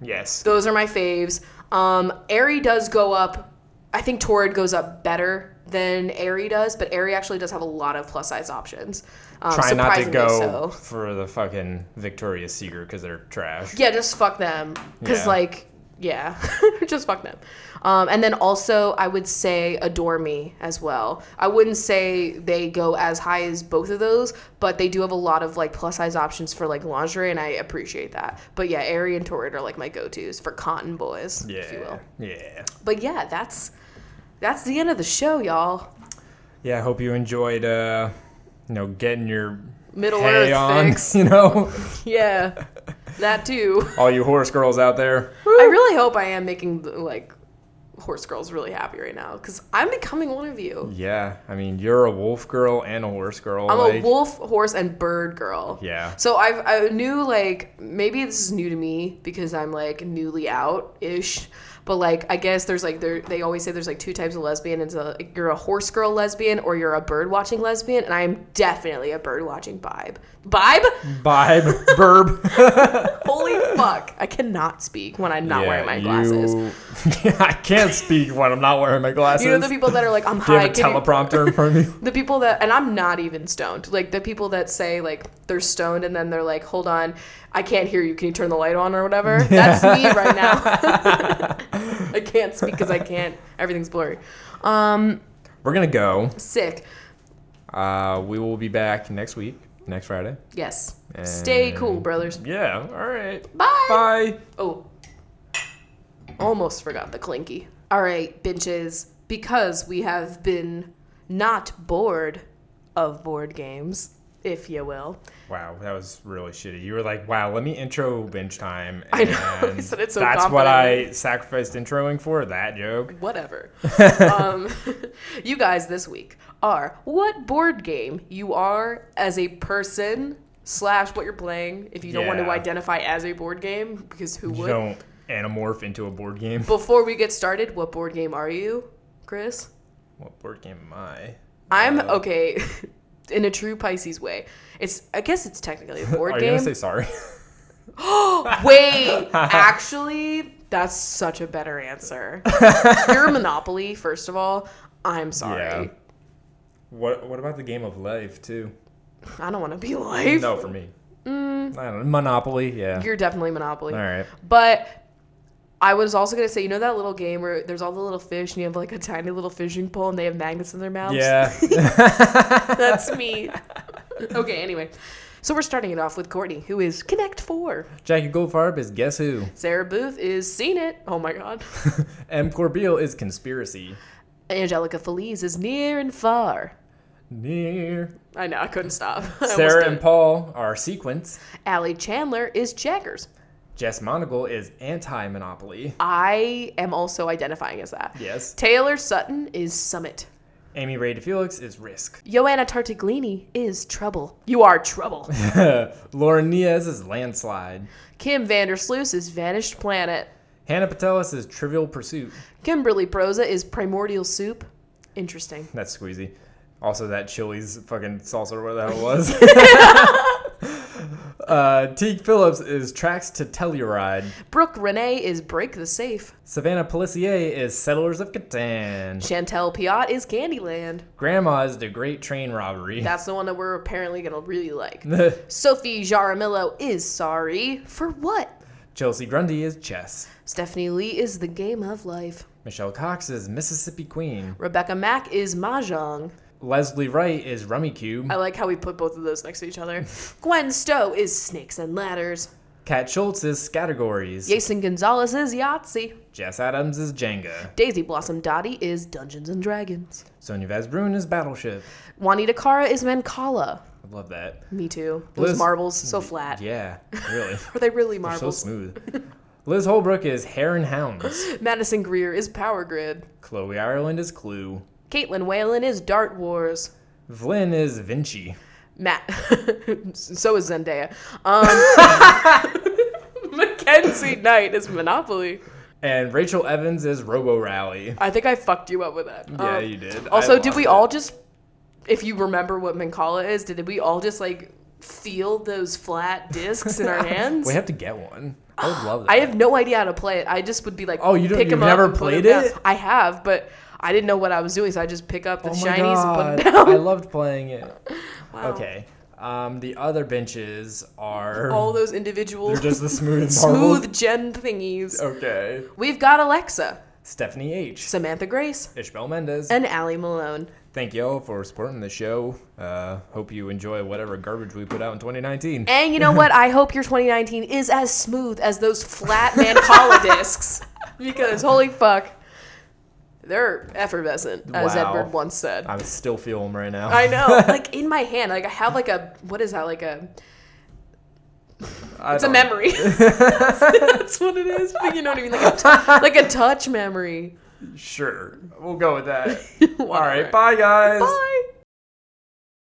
Yes.
Those are my faves. Um, Airy does go up. I think Torrid goes up better than Airy does, but Airy actually does have a lot of plus size options. Um,
Try not to
surprisingly
go
So.
for the fucking Victoria's Secret because they're trash.
Yeah, just fuck them. Because,
Yeah.
like, yeah, just fuck them. Um, and then also, I would say Adore Me as well. I wouldn't say they go as high as both of those, but they do have a lot of like plus size options for like lingerie, and I appreciate that. But yeah, Airy and Torrid are like my go tos for cotton boys,
Yeah.
if you will.
Yeah.
But yeah, that's that's the end of the show, y'all.
Yeah. I hope you enjoyed, uh, you know, getting your
Middle
hay
Earth
on.
fix.
You know,
Yeah, that too.
all you horse girls out there.
I really hope I am making like horse girls really happy right now because I'm becoming one of you.
Yeah. I mean, you're a wolf girl and a horse girl.
I'm
like,
a wolf, horse, and bird girl.
Yeah.
So I've I knew like maybe this is new to me because I'm like newly out ish. But like I guess there's like there they always say there's like two types of lesbian. It's a like, you're a horse girl lesbian or you're a bird watching lesbian, and I am definitely a bird watching vibe. Vibe?
Vibe. Burb.
Holy fuck! I cannot speak when I'm not wearing my
you-
glasses.
I can't speak when I'm not wearing my glasses.
You know the people that are like I'm
Do you
high.
have a
can you-
teleprompter in front of you?
the people that and i'm not even stoned like the people that say like they're stoned and then they're like hold on i can't hear you can you turn the light on or whatever that's me right now i can't speak because i can't everything's blurry um
We're gonna go.
sick
Uh, we will be back next week, next Friday.
yes stay cool
And-
brothers
Yeah. All right.
Bye.
Bye.
oh almost forgot the clinky all right bitches because we have been not bored of board games if you will
Wow, that was really shitty. You were like, "Wow, let me intro bench time."
I know, I
and
said it so
That's what I sacrificed introing for that joke.
whatever. um, you guys this week are what board game you are as a person slash what you're playing. If you don't want to
Yeah.
identify as a board game, because who
You
would?
don't anamorph into a board game.
Before we get started, what board game are you, Chris?
What board game am I?
I'm okay. In a true Pisces way, it's I guess it's technically a board
Are you
game.
gonna say sorry?
Wait, actually, that's such a better answer. You're a Monopoly, first of all. I'm sorry.
Yeah. What What about the game of life too?
I don't want to be life.
No, for me. I don't know. Monopoly. Yeah.
Mm. You're definitely Monopoly.
All right.
But I was also gonna say, you know that little game where there's all the little fish and you have like a tiny little fishing pole and they have magnets in their mouths?
Yeah.
That's me. okay, anyway. So we're starting it off with Courtney, who is Connect Four.
Jackie Goldfarb is Guess Who.
Sarah Booth is Seen It. Oh my god.
M. Corbeil is Conspiracy.
Angelica Feliz is Near and Far.
Near.
I know, I couldn't stop. I almost
Sarah
did.
and Paul are Sequence.
Allie Chandler is Checkers.
Jess Monagle is Anti Monopoly.
I am also identifying as that.
Yes.
Taylor Sutton is Summit.
Amy Ray DeFelix is Risk.
Joanna Tartaglini is trouble. You are trouble.
Lauren Diaz is Landslide.
Kim Vandersloos is Vanished Planet.
Hannah Patelis is Trivial Pursuit.
Kimberly Proza is Primordial Soup. Interesting.
That's squeezy. Also, that Chili's fucking salsa or whatever that was. uh, Teague Phillips is Tracks to Telluride.
Brooke Renee is Break the Safe.
Savannah Pellissier is Settlers of Catan.
Chantel Piot is Candyland.
Grandma is The Great Train Robbery.
That's the one that we're apparently gonna really like. Sophie Jaramillo is sorry. For what?
Chelsea Grundy is Chess.
Stephanie Lee is the game of life.
Michelle Cox is Mississippi Queen.
Rebecca Mack is Mahjong.
Leslie Wright is Rummy Cube.
I like how we put both of those next to each other. Gwen Stowe is Snakes and Ladders.
Kat Schultz is Scattergories.
Jason Gonzalez is Yahtzee.
Jess Adams is Jenga.
Daisy Blossom Dottie is Dungeons and Dragons.
Sonia Vasbrun is Battleship.
Juanita Cara is Mancala.
I love that.
Me too. Those
Liz-
marbles, so flat.
Yeah, really.
Are they really
so
marbles?
smooth. Liz Holbrook is Hare and Hounds.
Madison Greer is Power Grid.
Chloe Ireland is Clue.
Caitlin Whalen is Dart Wars.
Vlyn is Vinci.
Matt. so is Zendaya. Um, Mackenzie Knight is Monopoly.
And Rachel Evans is Robo Rally.
I think I fucked you up with that.
Yeah,
Um,
you did. I
Also, did
loved
we
it.
all just, if you remember what Mancala is, did we all just like feel those flat discs in our hands?
We have to get one. I would love that.
I have no idea how to play it. I just would be like,
Oh, you don't-
pick 'em
you've
up
never
and put
played
'em down.
it?
I have, but I didn't know what I was doing, so I just pick up the
Oh my
shinies and put them
God,
down.
I loved playing it.
Wow.
Okay. Um, the other benches are
All those individual
they're just the smooth marbles.
smooth gen thingies.
Okay.
We've got Alexa,
Stephanie H.
Samantha Grace,
Ishbel Mendez.
and Allie Malone.
Thank y'all for supporting the show. Uh, hope you enjoy whatever garbage we put out in 2019.
And you know what? I hope your 2019 is as smooth as those flat Mancala discs. Because holy fuck, they're effervescent, as
Wow.
Edward once said.
I still feel them right now.
I know, like in my hand, like I have like a what is that? Like a
I
it's a
don't-
memory. That's what it is. But you know what I mean? Like a t- like a touch memory.
Sure. We'll go with that. All
Whatever.
right. Bye, guys.
Bye.